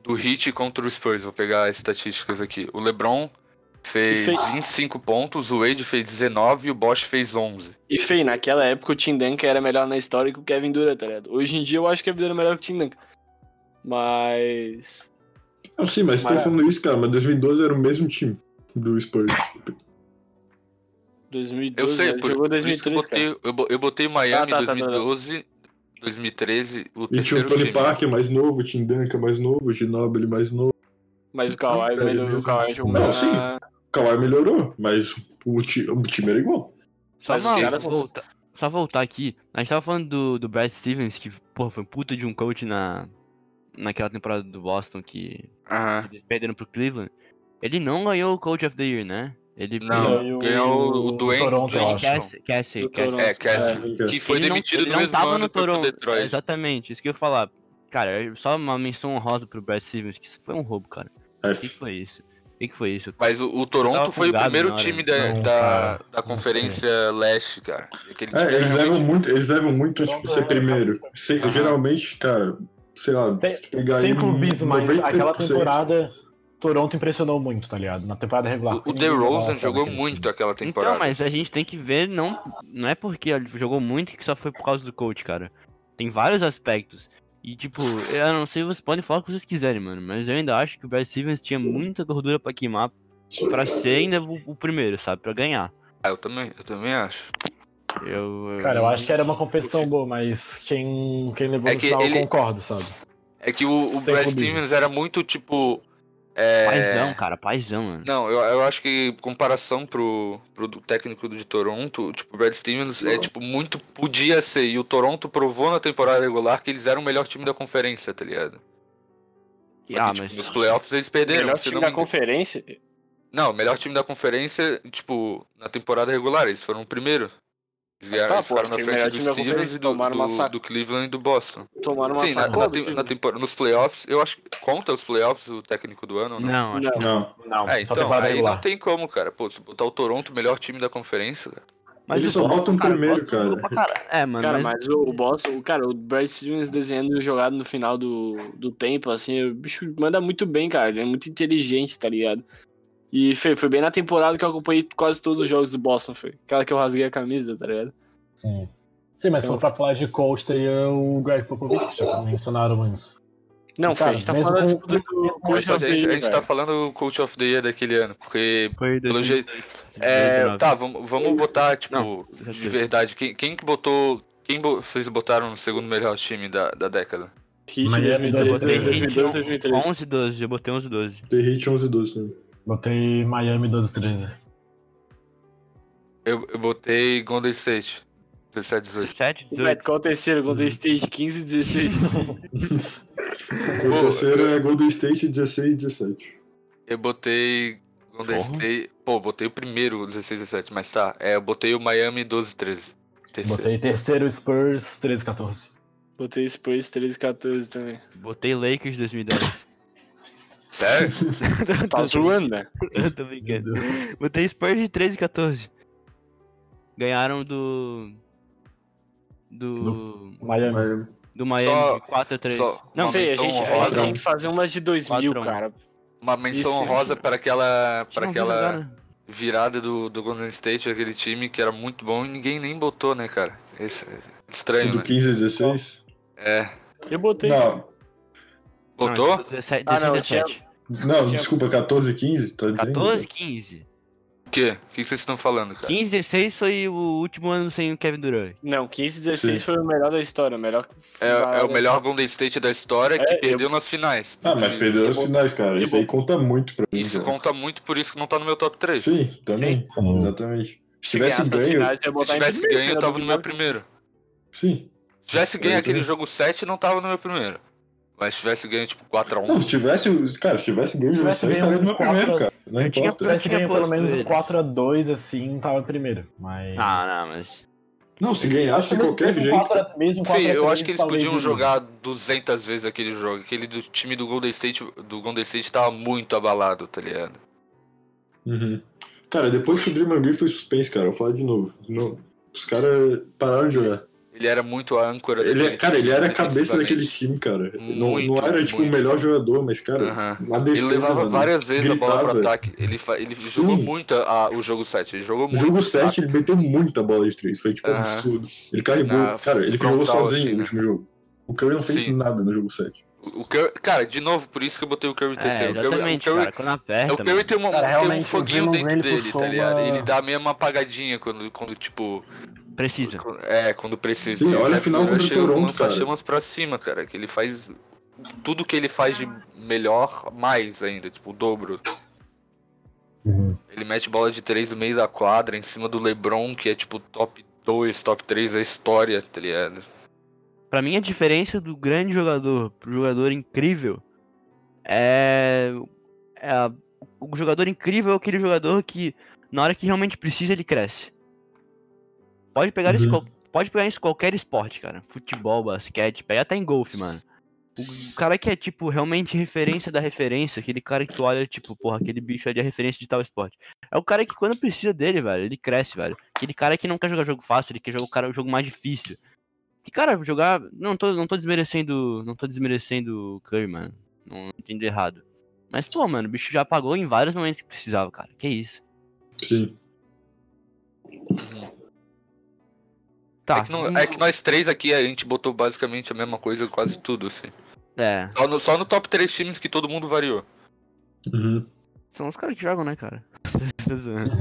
Speaker 2: Do Heat contra o Spurs. Vou pegar as estatísticas aqui. O LeBron fez
Speaker 5: E fez-
Speaker 2: 25 pontos, o Wade fez 19 e o Bosch fez 11.
Speaker 5: E, feio, naquela época o Tim Duncan era melhor na história que o Kevin Durant, tá ligado? Hoje em dia eu acho que o Kevin Durant é melhor que o Tim Duncan. Mas.
Speaker 3: Não, sim, mas você tá
Speaker 2: é.
Speaker 5: Mas-
Speaker 3: falando isso, cara, mas 2012 era o mesmo time do Spurs.
Speaker 5: 2012,
Speaker 2: Eu sei,
Speaker 5: né?
Speaker 2: por,
Speaker 5: jogou
Speaker 2: por isso que eu
Speaker 5: 2013, cara.
Speaker 2: botei, eu, bo- eu botei Miami
Speaker 5: Ah,
Speaker 2: em
Speaker 5: tá, tá, tá, tá.
Speaker 2: 2012, 2013, o
Speaker 3: E tinha
Speaker 2: terceiro
Speaker 3: o Tony
Speaker 2: time.
Speaker 3: Parker mais novo, o Tim Duncan mais novo, o Ginobili mais novo.
Speaker 5: Mas o Kawhi,
Speaker 3: Sim,
Speaker 5: melhor,
Speaker 3: mesmo.
Speaker 5: o Kawhi jogou
Speaker 3: Não,
Speaker 5: melhor
Speaker 3: sim.
Speaker 5: na-
Speaker 3: O Kawhi melhorou, mas o, ti- o time era igual.
Speaker 1: Só,
Speaker 5: Mas
Speaker 2: os
Speaker 1: não,
Speaker 2: caras-
Speaker 1: volta- só voltar aqui. A gente tava falando do, do Brad Stevens, que, porra, foi um puta de um coach na, naquela temporada do Boston que
Speaker 2: Aham.
Speaker 1: eles perderam pro Cleveland, ele não ganhou o Coach of the Year, né? Ele
Speaker 2: Não,
Speaker 4: E aí o-
Speaker 2: ganhou o Dwayne-
Speaker 4: Toronto, eu
Speaker 1: Dwayne
Speaker 4: acho.
Speaker 1: Cassie, Cassie,
Speaker 5: Do
Speaker 1: Cassie.
Speaker 5: Toronto.
Speaker 2: É, Cass.
Speaker 3: É,
Speaker 2: que foi
Speaker 1: ele não-
Speaker 2: demitido
Speaker 1: ele
Speaker 2: no
Speaker 1: não
Speaker 2: mesmo
Speaker 1: tava
Speaker 2: ano É,
Speaker 1: no
Speaker 2: que foi pro
Speaker 1: Toronto.
Speaker 2: Detroit.
Speaker 1: Exatamente, isso que eu ia falar. Cara, é só uma menção honrosa pro Brad Stevens, que isso foi um roubo, cara. O que, que
Speaker 3: F.
Speaker 1: foi isso? O que, que foi isso?
Speaker 2: Mas o, o
Speaker 1: Eu tava
Speaker 2: Toronto foi o
Speaker 1: com Gabi na
Speaker 2: primeiro
Speaker 1: hora.
Speaker 2: time da,
Speaker 4: Não,
Speaker 2: da,
Speaker 4: cara,
Speaker 2: da conferência leste, cara. Aquele time
Speaker 3: É,
Speaker 2: era
Speaker 3: eles levam
Speaker 2: realmente-
Speaker 3: muito, eles levam muito, tipo,
Speaker 4: Então, é,
Speaker 3: ser primeiro. Se-
Speaker 2: Aham.
Speaker 3: Geralmente, cara, sei lá,
Speaker 4: Sem,
Speaker 3: se pegar
Speaker 4: sem
Speaker 3: aí
Speaker 4: clubismo, mas
Speaker 3: 90%.
Speaker 4: aquela temporada Toronto impressionou muito, tá ligado? Na temporada
Speaker 2: O,
Speaker 4: regular.
Speaker 2: o
Speaker 4: Ninguém
Speaker 2: DeRozan
Speaker 4: falava
Speaker 2: jogou
Speaker 4: daquele
Speaker 2: muito
Speaker 4: time.
Speaker 2: aquela temporada.
Speaker 1: Então, mas a gente tem que ver, não, não é porque ele jogou muito que só foi por causa do coach, cara. Tem vários aspectos. E, tipo, eu não sei, vocês podem falar o que vocês quiserem, mano. Mas eu ainda acho que o Brad Stevens tinha muita gordura pra queimar pra ser ainda o, o primeiro, sabe? Pra ganhar.
Speaker 2: Ah, eu também, eu também acho.
Speaker 1: Eu, eu-
Speaker 4: Cara, eu acho que era uma competição boa, mas quem, quem levou
Speaker 2: É
Speaker 4: no
Speaker 2: que
Speaker 4: final
Speaker 2: ele-
Speaker 4: eu concordo, sabe?
Speaker 2: É que o, o
Speaker 4: Sem
Speaker 2: Brad
Speaker 4: clubismo.
Speaker 2: Stevens era muito tipo. é,
Speaker 1: Paizão, cara, paizão, mano.
Speaker 2: Não, eu, eu acho que comparação pro, pro do técnico de Toronto, tipo, o Brad Stevens
Speaker 5: Uhum.
Speaker 2: é tipo muito podia ser. E o Toronto provou na temporada regular que eles eram o melhor time da conferência, tá ligado? Só que,
Speaker 1: ah,
Speaker 2: tipo,
Speaker 1: mas.
Speaker 2: Nos playoffs eles perderam.
Speaker 5: Melhor
Speaker 2: se
Speaker 5: time
Speaker 2: não
Speaker 5: da
Speaker 2: me engano.
Speaker 5: conferência.
Speaker 2: Não, o melhor time da conferência, tipo, na temporada regular, eles foram o primeiro. Eles
Speaker 5: Ah,
Speaker 2: vieram,
Speaker 5: tá,
Speaker 2: eles
Speaker 5: pô,
Speaker 2: ficaram na
Speaker 5: porque o
Speaker 2: frente
Speaker 5: melhor
Speaker 2: do
Speaker 5: time da
Speaker 2: Stevens
Speaker 5: conferência
Speaker 2: e do,
Speaker 5: tomaram uma
Speaker 2: do-
Speaker 5: saca-
Speaker 2: do Cleveland e do Boston.
Speaker 5: Tomaram uma
Speaker 2: Sim, na, na,
Speaker 5: sacola.
Speaker 2: tem-
Speaker 5: tipo,
Speaker 2: na temporada, nos playoffs, eu acho que conta os playoffs o técnico do ano, ou não?
Speaker 1: Não, acho que não.
Speaker 3: Não.
Speaker 4: Não,
Speaker 2: É,
Speaker 4: só
Speaker 2: então,
Speaker 4: temporada
Speaker 2: aí
Speaker 4: regular.
Speaker 2: não tem como, cara. Pô, se botar o Toronto, o melhor time da conferência, cara.
Speaker 1: Mas
Speaker 3: eles
Speaker 1: o
Speaker 3: só
Speaker 4: tipo,
Speaker 1: Boston,
Speaker 3: botam
Speaker 1: cara, o
Speaker 3: primeiro,
Speaker 1: Boston jogou
Speaker 3: cara.
Speaker 1: pra caralho. É, mano,
Speaker 5: Cara,
Speaker 1: mas
Speaker 5: mas o Boston, o- cara, o Brad Stevens desenhando jogado no final do, do tempo, assim, o bicho manda muito bem, cara. Ele é muito inteligente, tá ligado? E, Fê, foi bem na temporada que eu acompanhei quase todos os jogos do Boston, Fê. Aquela que eu rasguei a camisa, tá ligado?
Speaker 4: Sim. Sim, mas se for pra falar de coach, teria o Greg Popovich, que já mencionaram antes.
Speaker 5: Não, Fê, a
Speaker 4: Cara,
Speaker 5: gente tá
Speaker 4: mesmo
Speaker 5: falando
Speaker 4: com-
Speaker 5: tipo, do do Coach
Speaker 2: Só que
Speaker 5: of
Speaker 2: a
Speaker 5: the
Speaker 2: gente, a
Speaker 5: Year,
Speaker 2: gente tá
Speaker 5: cara.
Speaker 2: falando o Coach of the Year daquele ano, porque...
Speaker 1: foi
Speaker 2: Pelo
Speaker 1: 2018,
Speaker 2: jeito... É,
Speaker 1: 2019.
Speaker 2: tá, vamos, vamos botar, tipo,
Speaker 1: Não,
Speaker 2: de verdade, quem, quem que botou... Quem bo- vocês botaram no segundo melhor time da, da década?
Speaker 5: Hit
Speaker 4: Miami
Speaker 5: 2012,
Speaker 1: Eu botei
Speaker 5: 2012, 2013.
Speaker 1: 11 12, eu botei 11 12.
Speaker 3: The Heat 11 e 12 né?
Speaker 4: Botei Miami 12-13.
Speaker 2: Eu, eu botei Golden State, 17, 18.
Speaker 1: 7,
Speaker 5: O
Speaker 1: 18.
Speaker 5: Matt, Qual o terceiro? Golden State 15 16.
Speaker 3: O
Speaker 2: Pô,
Speaker 3: terceiro é Golden State 16 e 17.
Speaker 2: Eu botei Golden
Speaker 1: Porra.
Speaker 2: State... Pô, botei o primeiro, o 16, 17, mas tá. É, eu botei o Miami 12, 13. Terceiro.
Speaker 4: Botei terceiro Spurs 13-14.
Speaker 5: Botei Spurs 13 14 também.
Speaker 1: Botei Lakers 2010.
Speaker 2: Sério?
Speaker 5: Tá zoando, né?
Speaker 1: Eu tô brincando. Botei Spurs de 13 e 14. Ganharam do. Do.
Speaker 4: Miami.
Speaker 3: Mas,
Speaker 1: Do Miami
Speaker 2: Só-
Speaker 1: de 4 a 3.
Speaker 2: só
Speaker 1: Não,
Speaker 2: uma
Speaker 5: Fê, a
Speaker 2: menção
Speaker 5: gente, a gente
Speaker 2: honrosa.
Speaker 5: tinha que fazer umas de 2000,
Speaker 1: Quatro a um.
Speaker 5: cara.
Speaker 2: Uma menção
Speaker 5: Isso, um
Speaker 2: honrosa para aquela, para
Speaker 1: não viu
Speaker 2: aquela
Speaker 1: jogar, né?
Speaker 2: virada do, do Golden State, aquele time que era muito bom e ninguém nem botou, né, cara? Esse, estranho,
Speaker 3: do
Speaker 2: né?
Speaker 3: 15 a 16?
Speaker 2: É.
Speaker 5: Eu botei.
Speaker 3: Não,
Speaker 1: Não,
Speaker 2: Botou?
Speaker 1: então 17,
Speaker 5: Ah, não,
Speaker 1: 16 17.
Speaker 3: não, desculpa, 14 e 15? Tá dizendo?
Speaker 1: 14, 15.
Speaker 2: O quê? O que que vocês estão falando, cara?
Speaker 1: 15, 16 foi o último ano sem o Kevin Durant.
Speaker 5: Não, 15 16
Speaker 3: Sim.
Speaker 5: foi o melhor da história. o Melhor...
Speaker 2: É, é o melhor Golden State da história que
Speaker 5: É, eu-
Speaker 2: perdeu nas finais.
Speaker 3: Ah, mas perdeu os finais, cara. Isso aí conta muito pra mim.
Speaker 2: Isso
Speaker 3: cara.
Speaker 2: conta muito, por isso que não tá no meu top 3.
Speaker 3: Sim, também.
Speaker 4: Sim.
Speaker 3: Exatamente. Se
Speaker 5: Se ganhasse
Speaker 3: tivesse
Speaker 5: as
Speaker 3: ganho.
Speaker 5: finais, eu
Speaker 2: Se
Speaker 5: ia botar em
Speaker 2: tivesse
Speaker 5: primeiro,
Speaker 2: ganho, eu
Speaker 5: filha
Speaker 2: tava
Speaker 5: do
Speaker 2: no meu
Speaker 5: Dubai.
Speaker 2: primeiro.
Speaker 3: Sim.
Speaker 2: Se tivesse ganho
Speaker 3: Eu
Speaker 2: aquele
Speaker 3: também.
Speaker 2: jogo 7, não tava no meu primeiro. Mas se tivesse ganho, tipo, 4x1.
Speaker 3: Não, se tivesse. Cara, se tivesse ganho,
Speaker 4: Se
Speaker 3: o
Speaker 4: tivesse
Speaker 3: José estaria
Speaker 4: ganho um
Speaker 3: no meu
Speaker 4: quatro-
Speaker 3: primeiro, cara. Não
Speaker 1: Eu tinha
Speaker 3: importa.
Speaker 4: Se tivesse ganho pelo
Speaker 1: aposto
Speaker 4: menos um
Speaker 1: neles.
Speaker 4: 4x2, assim, tava em primeiro. Mas.
Speaker 1: Ah, não, mas.
Speaker 3: Não, se ganhasse de qualquer
Speaker 4: mesmo
Speaker 3: jeito.
Speaker 4: 4 a- mesmo 4
Speaker 2: Fih,
Speaker 4: a
Speaker 2: eu
Speaker 4: 3,
Speaker 2: acho que eles
Speaker 4: talvez
Speaker 2: podiam
Speaker 4: diria.
Speaker 2: jogar 200 vezes aquele jogo. Aquele do time do Golden State, do Golden State tava muito abalado, tá ligado?
Speaker 3: Uhum. Cara, depois que o Draymond Green foi suspenso, cara, eu vou falar de novo. Não, os caras pararam de jogar.
Speaker 2: Ele era muito a âncora
Speaker 3: Ele, é-
Speaker 2: daquele
Speaker 3: cara,
Speaker 2: time,
Speaker 3: ele era a cabeça daquele
Speaker 2: defensivamente.
Speaker 3: time, cara. Não,
Speaker 2: Muito,
Speaker 3: não era, tipo,
Speaker 2: muito.
Speaker 3: o melhor jogador, mas, cara,
Speaker 2: Aham.
Speaker 3: na defesa.
Speaker 2: Ele levava
Speaker 3: mano,
Speaker 2: várias vezes a bola pro
Speaker 3: gritava.
Speaker 2: ataque. Ele, fa- ele
Speaker 3: Sim.
Speaker 2: jogou muito a- o jogo 7. Ele jogou
Speaker 3: No
Speaker 2: muito.
Speaker 3: jogo 7, ele meteu muita bola de três. Foi, tipo,
Speaker 2: Aham.
Speaker 3: absurdo. Ele carregou.
Speaker 2: Na
Speaker 3: cara, ele
Speaker 2: frontal,
Speaker 3: jogou sozinho
Speaker 2: assim,
Speaker 3: no
Speaker 2: né?
Speaker 3: último jogo. O Curry não fez
Speaker 2: Sim.
Speaker 3: nada no jogo 7.
Speaker 2: O Curry- cara, de novo, por isso que eu botei o Curry em
Speaker 1: É,
Speaker 2: terceiro. O Curry, o
Speaker 1: exatamente,
Speaker 2: Curry,
Speaker 1: cara. Quando
Speaker 2: é, o
Speaker 1: aperta.
Speaker 2: Curry tem, uma, tem
Speaker 4: Cara,
Speaker 2: um
Speaker 4: realmente, o
Speaker 2: foguinho
Speaker 4: Draymond
Speaker 2: dentro
Speaker 4: Green
Speaker 2: dele, tá
Speaker 4: puxou
Speaker 2: ligado?
Speaker 4: uma-
Speaker 2: Ele dá a mesma apagadinha quando, quando tipo,
Speaker 1: mano, Precisa.
Speaker 2: Quando- É, quando precisa.
Speaker 3: Sim,
Speaker 2: E
Speaker 3: olha a
Speaker 2: Kevin
Speaker 3: final
Speaker 2: Durant
Speaker 3: contra o
Speaker 2: chega os
Speaker 3: Toronto,
Speaker 2: lança-chamas pra cima, cara. Que ele faz tudo que ele faz de melhor, mais ainda, tipo, o dobro.
Speaker 4: Uhum.
Speaker 2: Ele mete bola de três no meio da quadra, em cima do LeBron, que é tipo top 2, top 3 da história, tá ligado?
Speaker 1: Pra mim, a diferença do grande jogador pro jogador incrível é. é a- o jogador incrível é aquele jogador que, na hora que realmente precisa, ele cresce. Pode pegar, isso, em
Speaker 3: Uhum.
Speaker 1: qual- pode pegar isso em qualquer esporte, cara. Futebol, basquete, pega até em golfe, mano. O cara que é, tipo, realmente referência da referência, aquele cara que tu olha, tipo, porra, aquele bicho ali é referência de tal esporte. É o cara que quando precisa dele, velho, ele cresce, velho. Aquele cara que não quer jogar jogo fácil, ele quer jogar o cara, o jogo mais difícil. E, cara, jogar. Não tô, não tô desmerecendo. Não tô desmerecendo o Curry, mano. Não entendo errado. Mas, pô, mano, o bicho já apagou em vários momentos que precisava, cara. Que
Speaker 2: É
Speaker 1: isso.
Speaker 3: Sim.
Speaker 1: Tá.
Speaker 2: é, que não-
Speaker 1: vamos-
Speaker 2: é que nós três aqui a gente botou basicamente a mesma coisa, quase tudo, assim.
Speaker 1: É,
Speaker 2: Só no, só no top 3 times que todo mundo variou.
Speaker 3: Uhum.
Speaker 1: São os caras que jogam, né, cara? Tô zoando.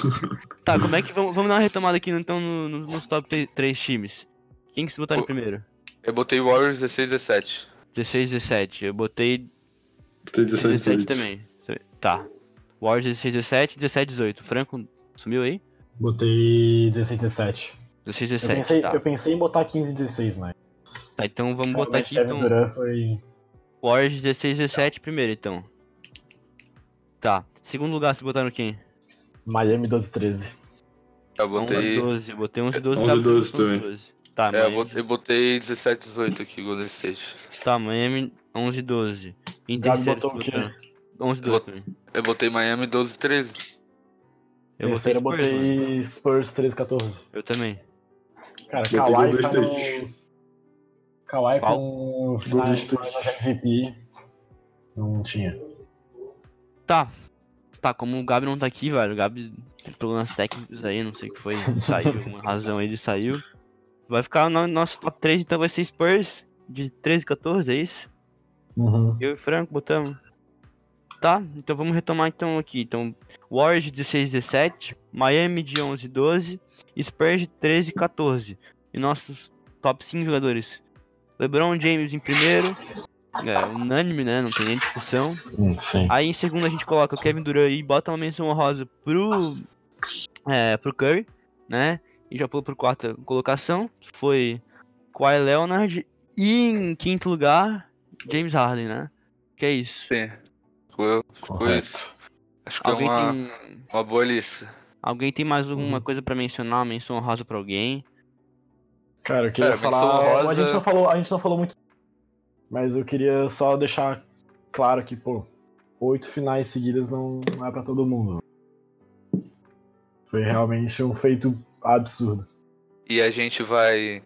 Speaker 1: tá, como é que. Vamos, vamos dar uma retomada aqui então no- no- nos top 3 times. Quem que se botaram
Speaker 2: Pô.
Speaker 1: primeiro?
Speaker 2: Eu botei Warriors 16 17.
Speaker 1: 16, 17. Eu botei
Speaker 3: Tem 17,
Speaker 1: 17
Speaker 3: 18.
Speaker 1: também. Tá. Warriors 16, 17, 17, 18. Franco sumiu aí?
Speaker 4: Botei 16 17.
Speaker 1: 16,
Speaker 4: Eu
Speaker 1: 17,
Speaker 4: pensei,
Speaker 1: tá.
Speaker 4: eu pensei em botar 15 16, mas.
Speaker 1: Tá, então vamos botar
Speaker 4: realmente
Speaker 1: aqui
Speaker 4: Kevin
Speaker 1: então.
Speaker 4: Durant foi.
Speaker 1: Warriors 16, 17 primeiro, então. Tá. Segundo lugar, se botaram quem?
Speaker 4: Miami 12 13.
Speaker 2: Eu
Speaker 1: 11,
Speaker 2: botei.
Speaker 1: 12. Eu botei 11, 12.
Speaker 3: 11,
Speaker 1: Gabriel
Speaker 3: 12
Speaker 1: botou
Speaker 3: também.
Speaker 1: 12. Tá,
Speaker 2: É, eu
Speaker 1: mas-
Speaker 2: botei- eu botei 17 18 aqui, Golden State.
Speaker 1: Tá, Miami 11 12. Em
Speaker 4: Gabi
Speaker 1: terceiro,
Speaker 4: botou o quê?
Speaker 1: Spurs, né? 11 12 também.
Speaker 2: Eu botei Miami 12 13.
Speaker 1: Eu botei
Speaker 4: Terceiro eu
Speaker 1: Spurs, mano.
Speaker 4: botei Spurs 13 14.
Speaker 1: Eu também.
Speaker 4: Cara,
Speaker 3: Botei
Speaker 4: Kawhi
Speaker 3: Golden
Speaker 4: tá
Speaker 3: State.
Speaker 4: no... Kawhi
Speaker 1: Qual?
Speaker 4: com
Speaker 3: Golden
Speaker 4: ah,
Speaker 3: State.
Speaker 4: mas MVP não tinha.
Speaker 1: Tá. Tá, como o Gabi não tá aqui, velho, o Gabi teve problemas técnicos aí, não sei o que foi, saiu, uma razão aí, ele saiu. Vai ficar no nosso top 3, então vai ser Spurs, de 13 14, é isso?
Speaker 4: Uhum.
Speaker 1: Eu e o Franco botamos. Tá, então vamos retomar então aqui. Então, Warriors de 16 17, Miami de 11 12, Spurs de 13 14. E nossos top 5 jogadores. LeBron James em primeiro. É, unânime, né? Não tem nem discussão.
Speaker 4: Hum, Sim.
Speaker 1: Aí em segundo a gente coloca o Kevin Durant e bota uma menção honrosa pro, é, pro Curry, né? E já pula pro quarta colocação, que foi Kawhi Leonard. E em quinto lugar, James Harden, né? Que é isso.
Speaker 2: Sim. Ficou, ficou
Speaker 4: Correto.
Speaker 2: Ah, isso. Acho que é
Speaker 1: Alguém
Speaker 2: uma,
Speaker 1: tem,
Speaker 2: uma boa lista.
Speaker 1: alguém tem mais alguma coisa pra mencionar, uma menção honrosa pra alguém?
Speaker 4: Cara, eu queria
Speaker 2: Cara, É, menção
Speaker 4: falar.
Speaker 2: honrosa-
Speaker 4: A, gente não falou, a gente não falou muito. Mas eu queria só deixar claro que, pô, oito finais seguidas não não é pra todo mundo. Foi realmente um feito absurdo.
Speaker 2: E a gente vai.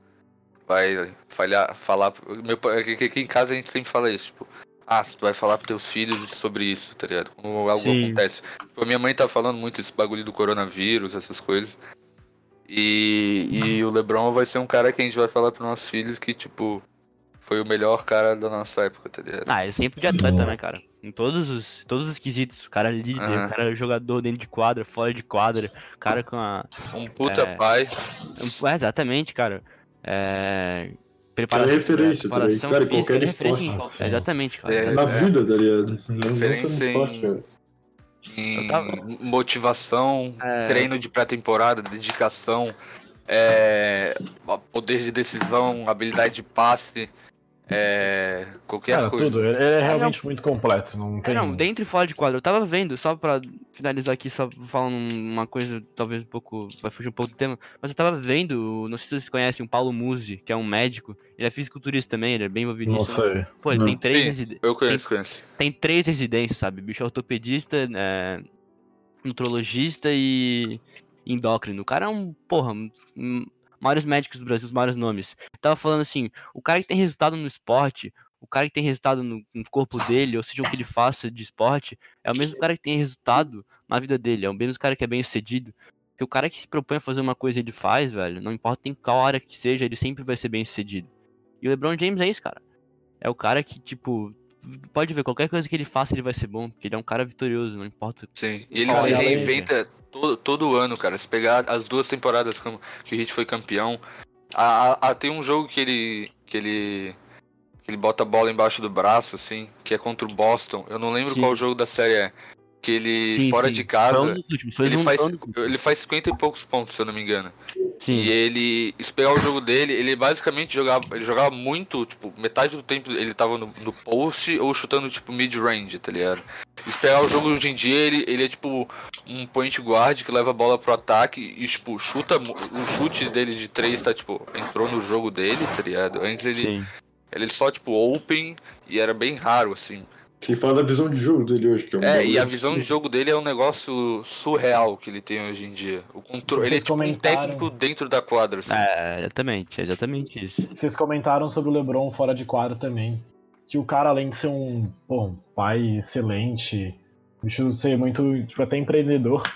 Speaker 2: Vai falhar, falar. Meu, pai- aqui, aqui em casa a gente sempre fala isso, tipo. Ah, tu vai falar pros teus filhos sobre isso, tá ligado? Quando algo
Speaker 1: Sim.
Speaker 2: acontece. Tipo, a minha mãe tá falando muito esse bagulho do coronavírus, essas coisas. E, e o Lebron vai ser um cara que a gente vai falar pros nossos filhos que, tipo, foi o melhor cara da nossa época, tá ligado?
Speaker 1: Ah, ele sempre de
Speaker 4: Sim.
Speaker 1: atleta, né, cara? Em todos os, todos os quesitos. O cara é líder,
Speaker 2: Aham.
Speaker 1: o cara é jogador dentro de quadra, fora de quadra, o cara com a.
Speaker 2: Um puta
Speaker 1: É.
Speaker 2: pai.
Speaker 1: É, exatamente, cara. É...
Speaker 3: Cara, é
Speaker 1: Preparação,
Speaker 3: referência, tá ligado?
Speaker 1: preparação
Speaker 3: Cara, em
Speaker 1: física,
Speaker 3: qualquer
Speaker 1: ele é referência em
Speaker 3: esporte.
Speaker 1: qualquer- Exatamente, cara.
Speaker 2: É.
Speaker 3: Na vida, tá ligado? Não- Não só
Speaker 2: Referência
Speaker 3: no esporte,
Speaker 2: em-
Speaker 3: cara.
Speaker 2: em
Speaker 1: Eu tava-
Speaker 2: motivação,
Speaker 1: É.
Speaker 2: treino de pré-temporada, dedicação, é, poder de decisão, habilidade de passe, é, qualquer
Speaker 4: Cara,
Speaker 2: coisa.
Speaker 4: tudo. Ele ele é realmente muito completo. Não
Speaker 1: um É,
Speaker 4: tem.
Speaker 1: não, dentro e fora de quadro. Eu tava vendo, só pra finalizar aqui, só falando uma coisa, talvez um pouco. Vai fugir um pouco do tema. Mas eu tava vendo, não sei se vocês conhecem, o Paulo Musi, que é um médico. Ele é fisiculturista também, ele é bem envolvido
Speaker 4: Não
Speaker 1: nisso.
Speaker 4: sei.
Speaker 1: Pô, ele
Speaker 3: Não.
Speaker 1: tem três,
Speaker 2: Sim.
Speaker 1: reside-
Speaker 2: Eu conheço, conheço.
Speaker 1: tem três residências, sabe? Bicho é ortopedista, é, nutrologista e endócrino. O cara é um, porra, um dos m- maiores médicos do Brasil, os maiores nomes. Tava falando assim, o cara que tem resultado no esporte, o cara que tem resultado no, no corpo dele, ou seja, o que ele faça de esporte, é o mesmo cara que tem resultado na vida dele, é o mesmo cara que é bem sucedido. Porque o cara que se propõe a fazer uma coisa ele faz, velho, não importa em qual área que seja, ele sempre vai ser bem sucedido. E o LeBron James é isso, cara. É o cara que, tipo, pode ver, qualquer coisa que ele faça, ele vai ser bom, porque ele é um cara vitorioso, não importa.
Speaker 2: Sim. E ele
Speaker 1: Olha,
Speaker 2: se
Speaker 1: olha aí,
Speaker 2: reinventa todo, todo ano, cara. Se pegar as duas temporadas que o- que o Heat foi campeão, a, a- a- tem um jogo que ele que ele que ele bota a bola embaixo do braço, assim, que é contra o Boston. Eu não lembro
Speaker 1: Sim.
Speaker 2: qual jogo da série é. Que ele,
Speaker 1: Sim,
Speaker 2: fora
Speaker 1: sim.
Speaker 2: de
Speaker 1: Foi
Speaker 2: casa,
Speaker 1: um dos últimos, foi
Speaker 2: ele
Speaker 1: um-
Speaker 2: faz,
Speaker 1: foi um dos últimos.
Speaker 2: ele faz 50 e poucos pontos, se eu não me engano.
Speaker 1: Sim.
Speaker 2: E ele, se pegar o jogo dele, ele basicamente jogava, ele jogava muito, tipo, metade do tempo ele tava no, no post ou chutando, tipo, mid-range, tá ligado? E se pegar o jogo hoje em dia, ele, ele é, tipo, um point guard que leva a bola pro ataque e, tipo, chuta, mu- o chute dele de três tá, tipo, entrou no jogo dele, tá ligado? Antes ele,
Speaker 1: Sim.
Speaker 2: ele só, tipo, open e era bem raro, assim.
Speaker 3: Sem falar da visão de jogo dele hoje, que é um
Speaker 2: É, e a
Speaker 3: bagulho
Speaker 2: visão de
Speaker 3: absurdo.
Speaker 2: jogo dele é um negócio surreal que ele tem hoje em dia. O controle, ele é,
Speaker 4: Vocês
Speaker 2: tipo, um
Speaker 4: comentaram-
Speaker 2: técnico dentro da quadra, assim.
Speaker 1: É, exatamente, é exatamente isso.
Speaker 4: Vocês comentaram sobre o LeBron fora de quadro também. Que o cara, além de ser um, pô, um pai excelente, o bicho ser muito, tipo, até empreendedor,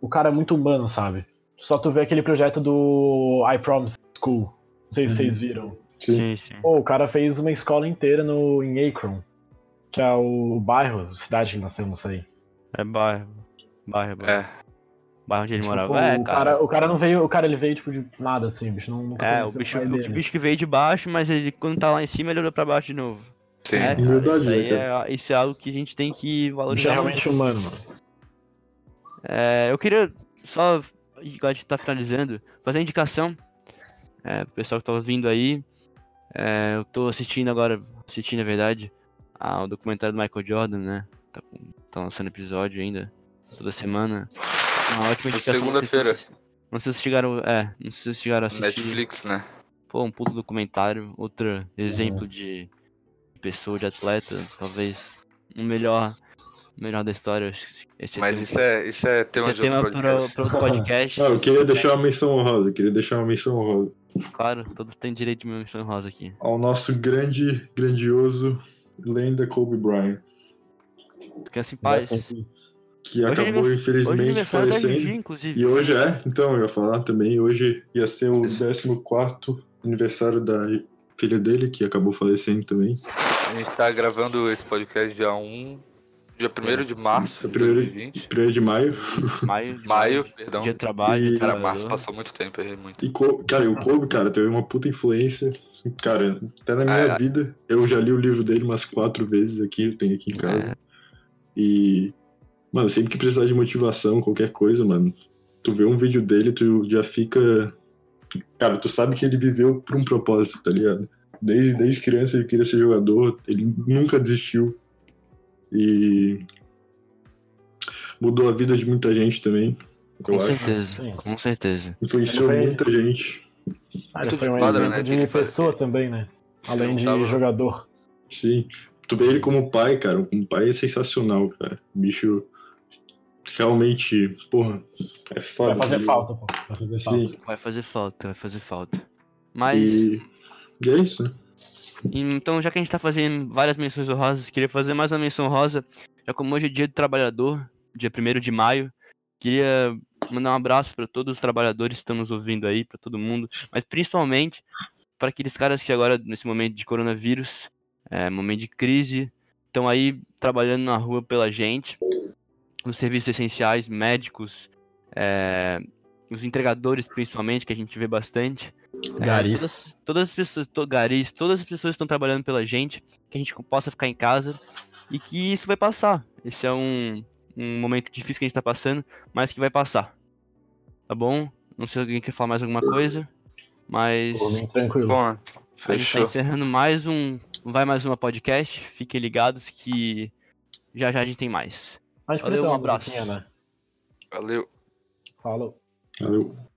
Speaker 4: o cara é muito humano, sabe? Só tu vê aquele projeto do I Promise School. Não sei se
Speaker 3: Uhum.
Speaker 4: vocês viram.
Speaker 3: Sim.
Speaker 1: Sim, sim.
Speaker 4: Pô, o cara fez uma escola inteira no, em Akron, que é o bairro, cidade que ele nasceu, não sei.
Speaker 1: É bairro. Bairro, bairro.
Speaker 2: É.
Speaker 1: Bairro onde ele
Speaker 4: Tipo,
Speaker 1: morava. É,
Speaker 4: o,
Speaker 1: cara.
Speaker 4: cara, o cara não veio, o cara ele veio tipo de nada assim, o bicho não nunca
Speaker 1: É, o
Speaker 4: conheceu
Speaker 1: bicho,
Speaker 4: pai
Speaker 1: o
Speaker 4: dele.
Speaker 1: bicho que veio de baixo, mas ele quando tá lá em cima, ele olhou pra baixo de novo.
Speaker 2: Sim.
Speaker 1: É, cara,
Speaker 3: Verdade,
Speaker 1: isso, aí
Speaker 3: né,
Speaker 1: é, isso é algo que a gente tem que
Speaker 4: O bicho
Speaker 1: valorizar.
Speaker 4: é realmente humano, mano.
Speaker 1: É, eu queria só, igual a gente tá finalizando, fazer uma indicação é, pro pessoal que tá ouvindo aí. É, eu tô assistindo agora, assistindo na verdade, ao documentário do Michael Jordan, né? Tá, com- tá lançando episódio ainda, toda semana. Uma ótima indicação.
Speaker 2: Na
Speaker 1: não sei se
Speaker 2: segunda-feira.
Speaker 1: vocês- Não sei se vocês chegaram, é, não sei se vocês chegaram a assistir.
Speaker 2: Netflix, né?
Speaker 1: Pô, um puto documentário, outro exemplo de pessoa, de atleta, talvez o melhor, o melhor da história. acho que Esse
Speaker 2: Mas
Speaker 1: tema-
Speaker 2: isso é, isso é tema
Speaker 1: esse
Speaker 2: de outro
Speaker 1: tema para
Speaker 2: podcast.
Speaker 1: outro podcast.
Speaker 3: Ah, eu queria deixar
Speaker 1: né?
Speaker 3: uma menção honrosa, eu queria deixar uma menção honrosa
Speaker 1: Claro, todos têm direito de menção rosa aqui.
Speaker 3: ao nosso grande, grandioso lenda Kobe Bryant,
Speaker 1: Descansa em assim, paz.
Speaker 4: Vai ser é isso.
Speaker 3: que
Speaker 1: Hoje
Speaker 3: acabou
Speaker 1: é Hoje é
Speaker 3: infelizmente
Speaker 1: aniversário da Gigi,
Speaker 3: falecendo.
Speaker 1: inclusive.
Speaker 3: E hoje é, então eu ia falar também, hoje ia ser o 14 aniversário da filha dele, que acabou falecendo também.
Speaker 2: A gente tá gravando esse podcast dia 1. Dia 1 de março
Speaker 3: Dia
Speaker 2: de
Speaker 3: primeiro-
Speaker 2: 2020.
Speaker 3: 1 de maio.
Speaker 1: Maio.
Speaker 2: Maio, perdão.
Speaker 1: Dia de trabalho.
Speaker 3: E-
Speaker 2: Cara,
Speaker 1: trabalhador.
Speaker 2: março passou muito tempo, errei muito.
Speaker 3: E, Co- cara, e o Kobe, cara, teve uma puta influência. Cara, até na minha
Speaker 2: Ah.
Speaker 3: vida, eu já li o livro dele umas quatro vezes aqui, eu tenho aqui em casa. E, mano, sempre que precisar de motivação, qualquer coisa, mano, tu vê um vídeo dele, tu já fica. Cara, tu sabe que ele viveu por um propósito, tá ligado? Desde, desde criança ele queria ser jogador, ele nunca desistiu. E. Mudou a vida de muita gente também, eu
Speaker 1: Com
Speaker 3: acho.
Speaker 1: certeza.
Speaker 4: Sim.
Speaker 1: Com certeza.
Speaker 3: Influenciou
Speaker 4: Ele foi-
Speaker 3: muita gente.
Speaker 4: Ah,
Speaker 2: Muito
Speaker 4: ele foi
Speaker 2: de
Speaker 4: um
Speaker 2: quadra,
Speaker 4: exemplo
Speaker 2: né, que ele
Speaker 4: de
Speaker 2: foi.
Speaker 4: pessoa também, né? Além de
Speaker 2: Não tava-
Speaker 4: jogador.
Speaker 3: Sim. Tu vê ele como pai, cara. Um pai é sensacional, cara. O bicho realmente, porra, é foda.
Speaker 4: Vai fazer
Speaker 3: tá
Speaker 4: falta, pô. Vai fazer
Speaker 3: ligado?
Speaker 4: falta.
Speaker 3: Sim.
Speaker 1: Vai fazer falta, vai fazer falta. Mas,
Speaker 3: E... e é isso, né?
Speaker 1: então, já que a gente tá fazendo várias menções honrosas, queria fazer mais uma menção rosa. Já como hoje é dia do trabalhador, dia 1 de maio, queria mandar um abraço para todos os trabalhadores que estão nos ouvindo aí, para todo mundo, mas principalmente para aqueles caras que agora, nesse momento de coronavírus, é, momento de crise, estão aí trabalhando na rua pela gente, nos serviços essenciais, médicos, é, os entregadores principalmente, que a gente vê bastante. É,
Speaker 4: Garis.
Speaker 1: todas, todas as pessoas, to, garis, todas as pessoas estão trabalhando pela gente, que a gente possa ficar em casa e que isso vai passar. Esse é um, um momento difícil que a gente tá passando, mas que vai passar. Tá bom? Não sei se alguém quer falar mais alguma coisa, mas
Speaker 4: Pô, bem tranquilo.
Speaker 2: Bom,
Speaker 1: a gente tá
Speaker 2: fechou.
Speaker 1: encerrando mais um Vai Mais Uma Podcast. Fiquem ligados que já já a gente tem mais.
Speaker 4: A gente
Speaker 1: Valeu,
Speaker 4: podia ter
Speaker 1: um
Speaker 4: uma
Speaker 1: abraço.
Speaker 4: musiquinha, né?
Speaker 2: Valeu.
Speaker 4: então, Falou.
Speaker 3: Valeu.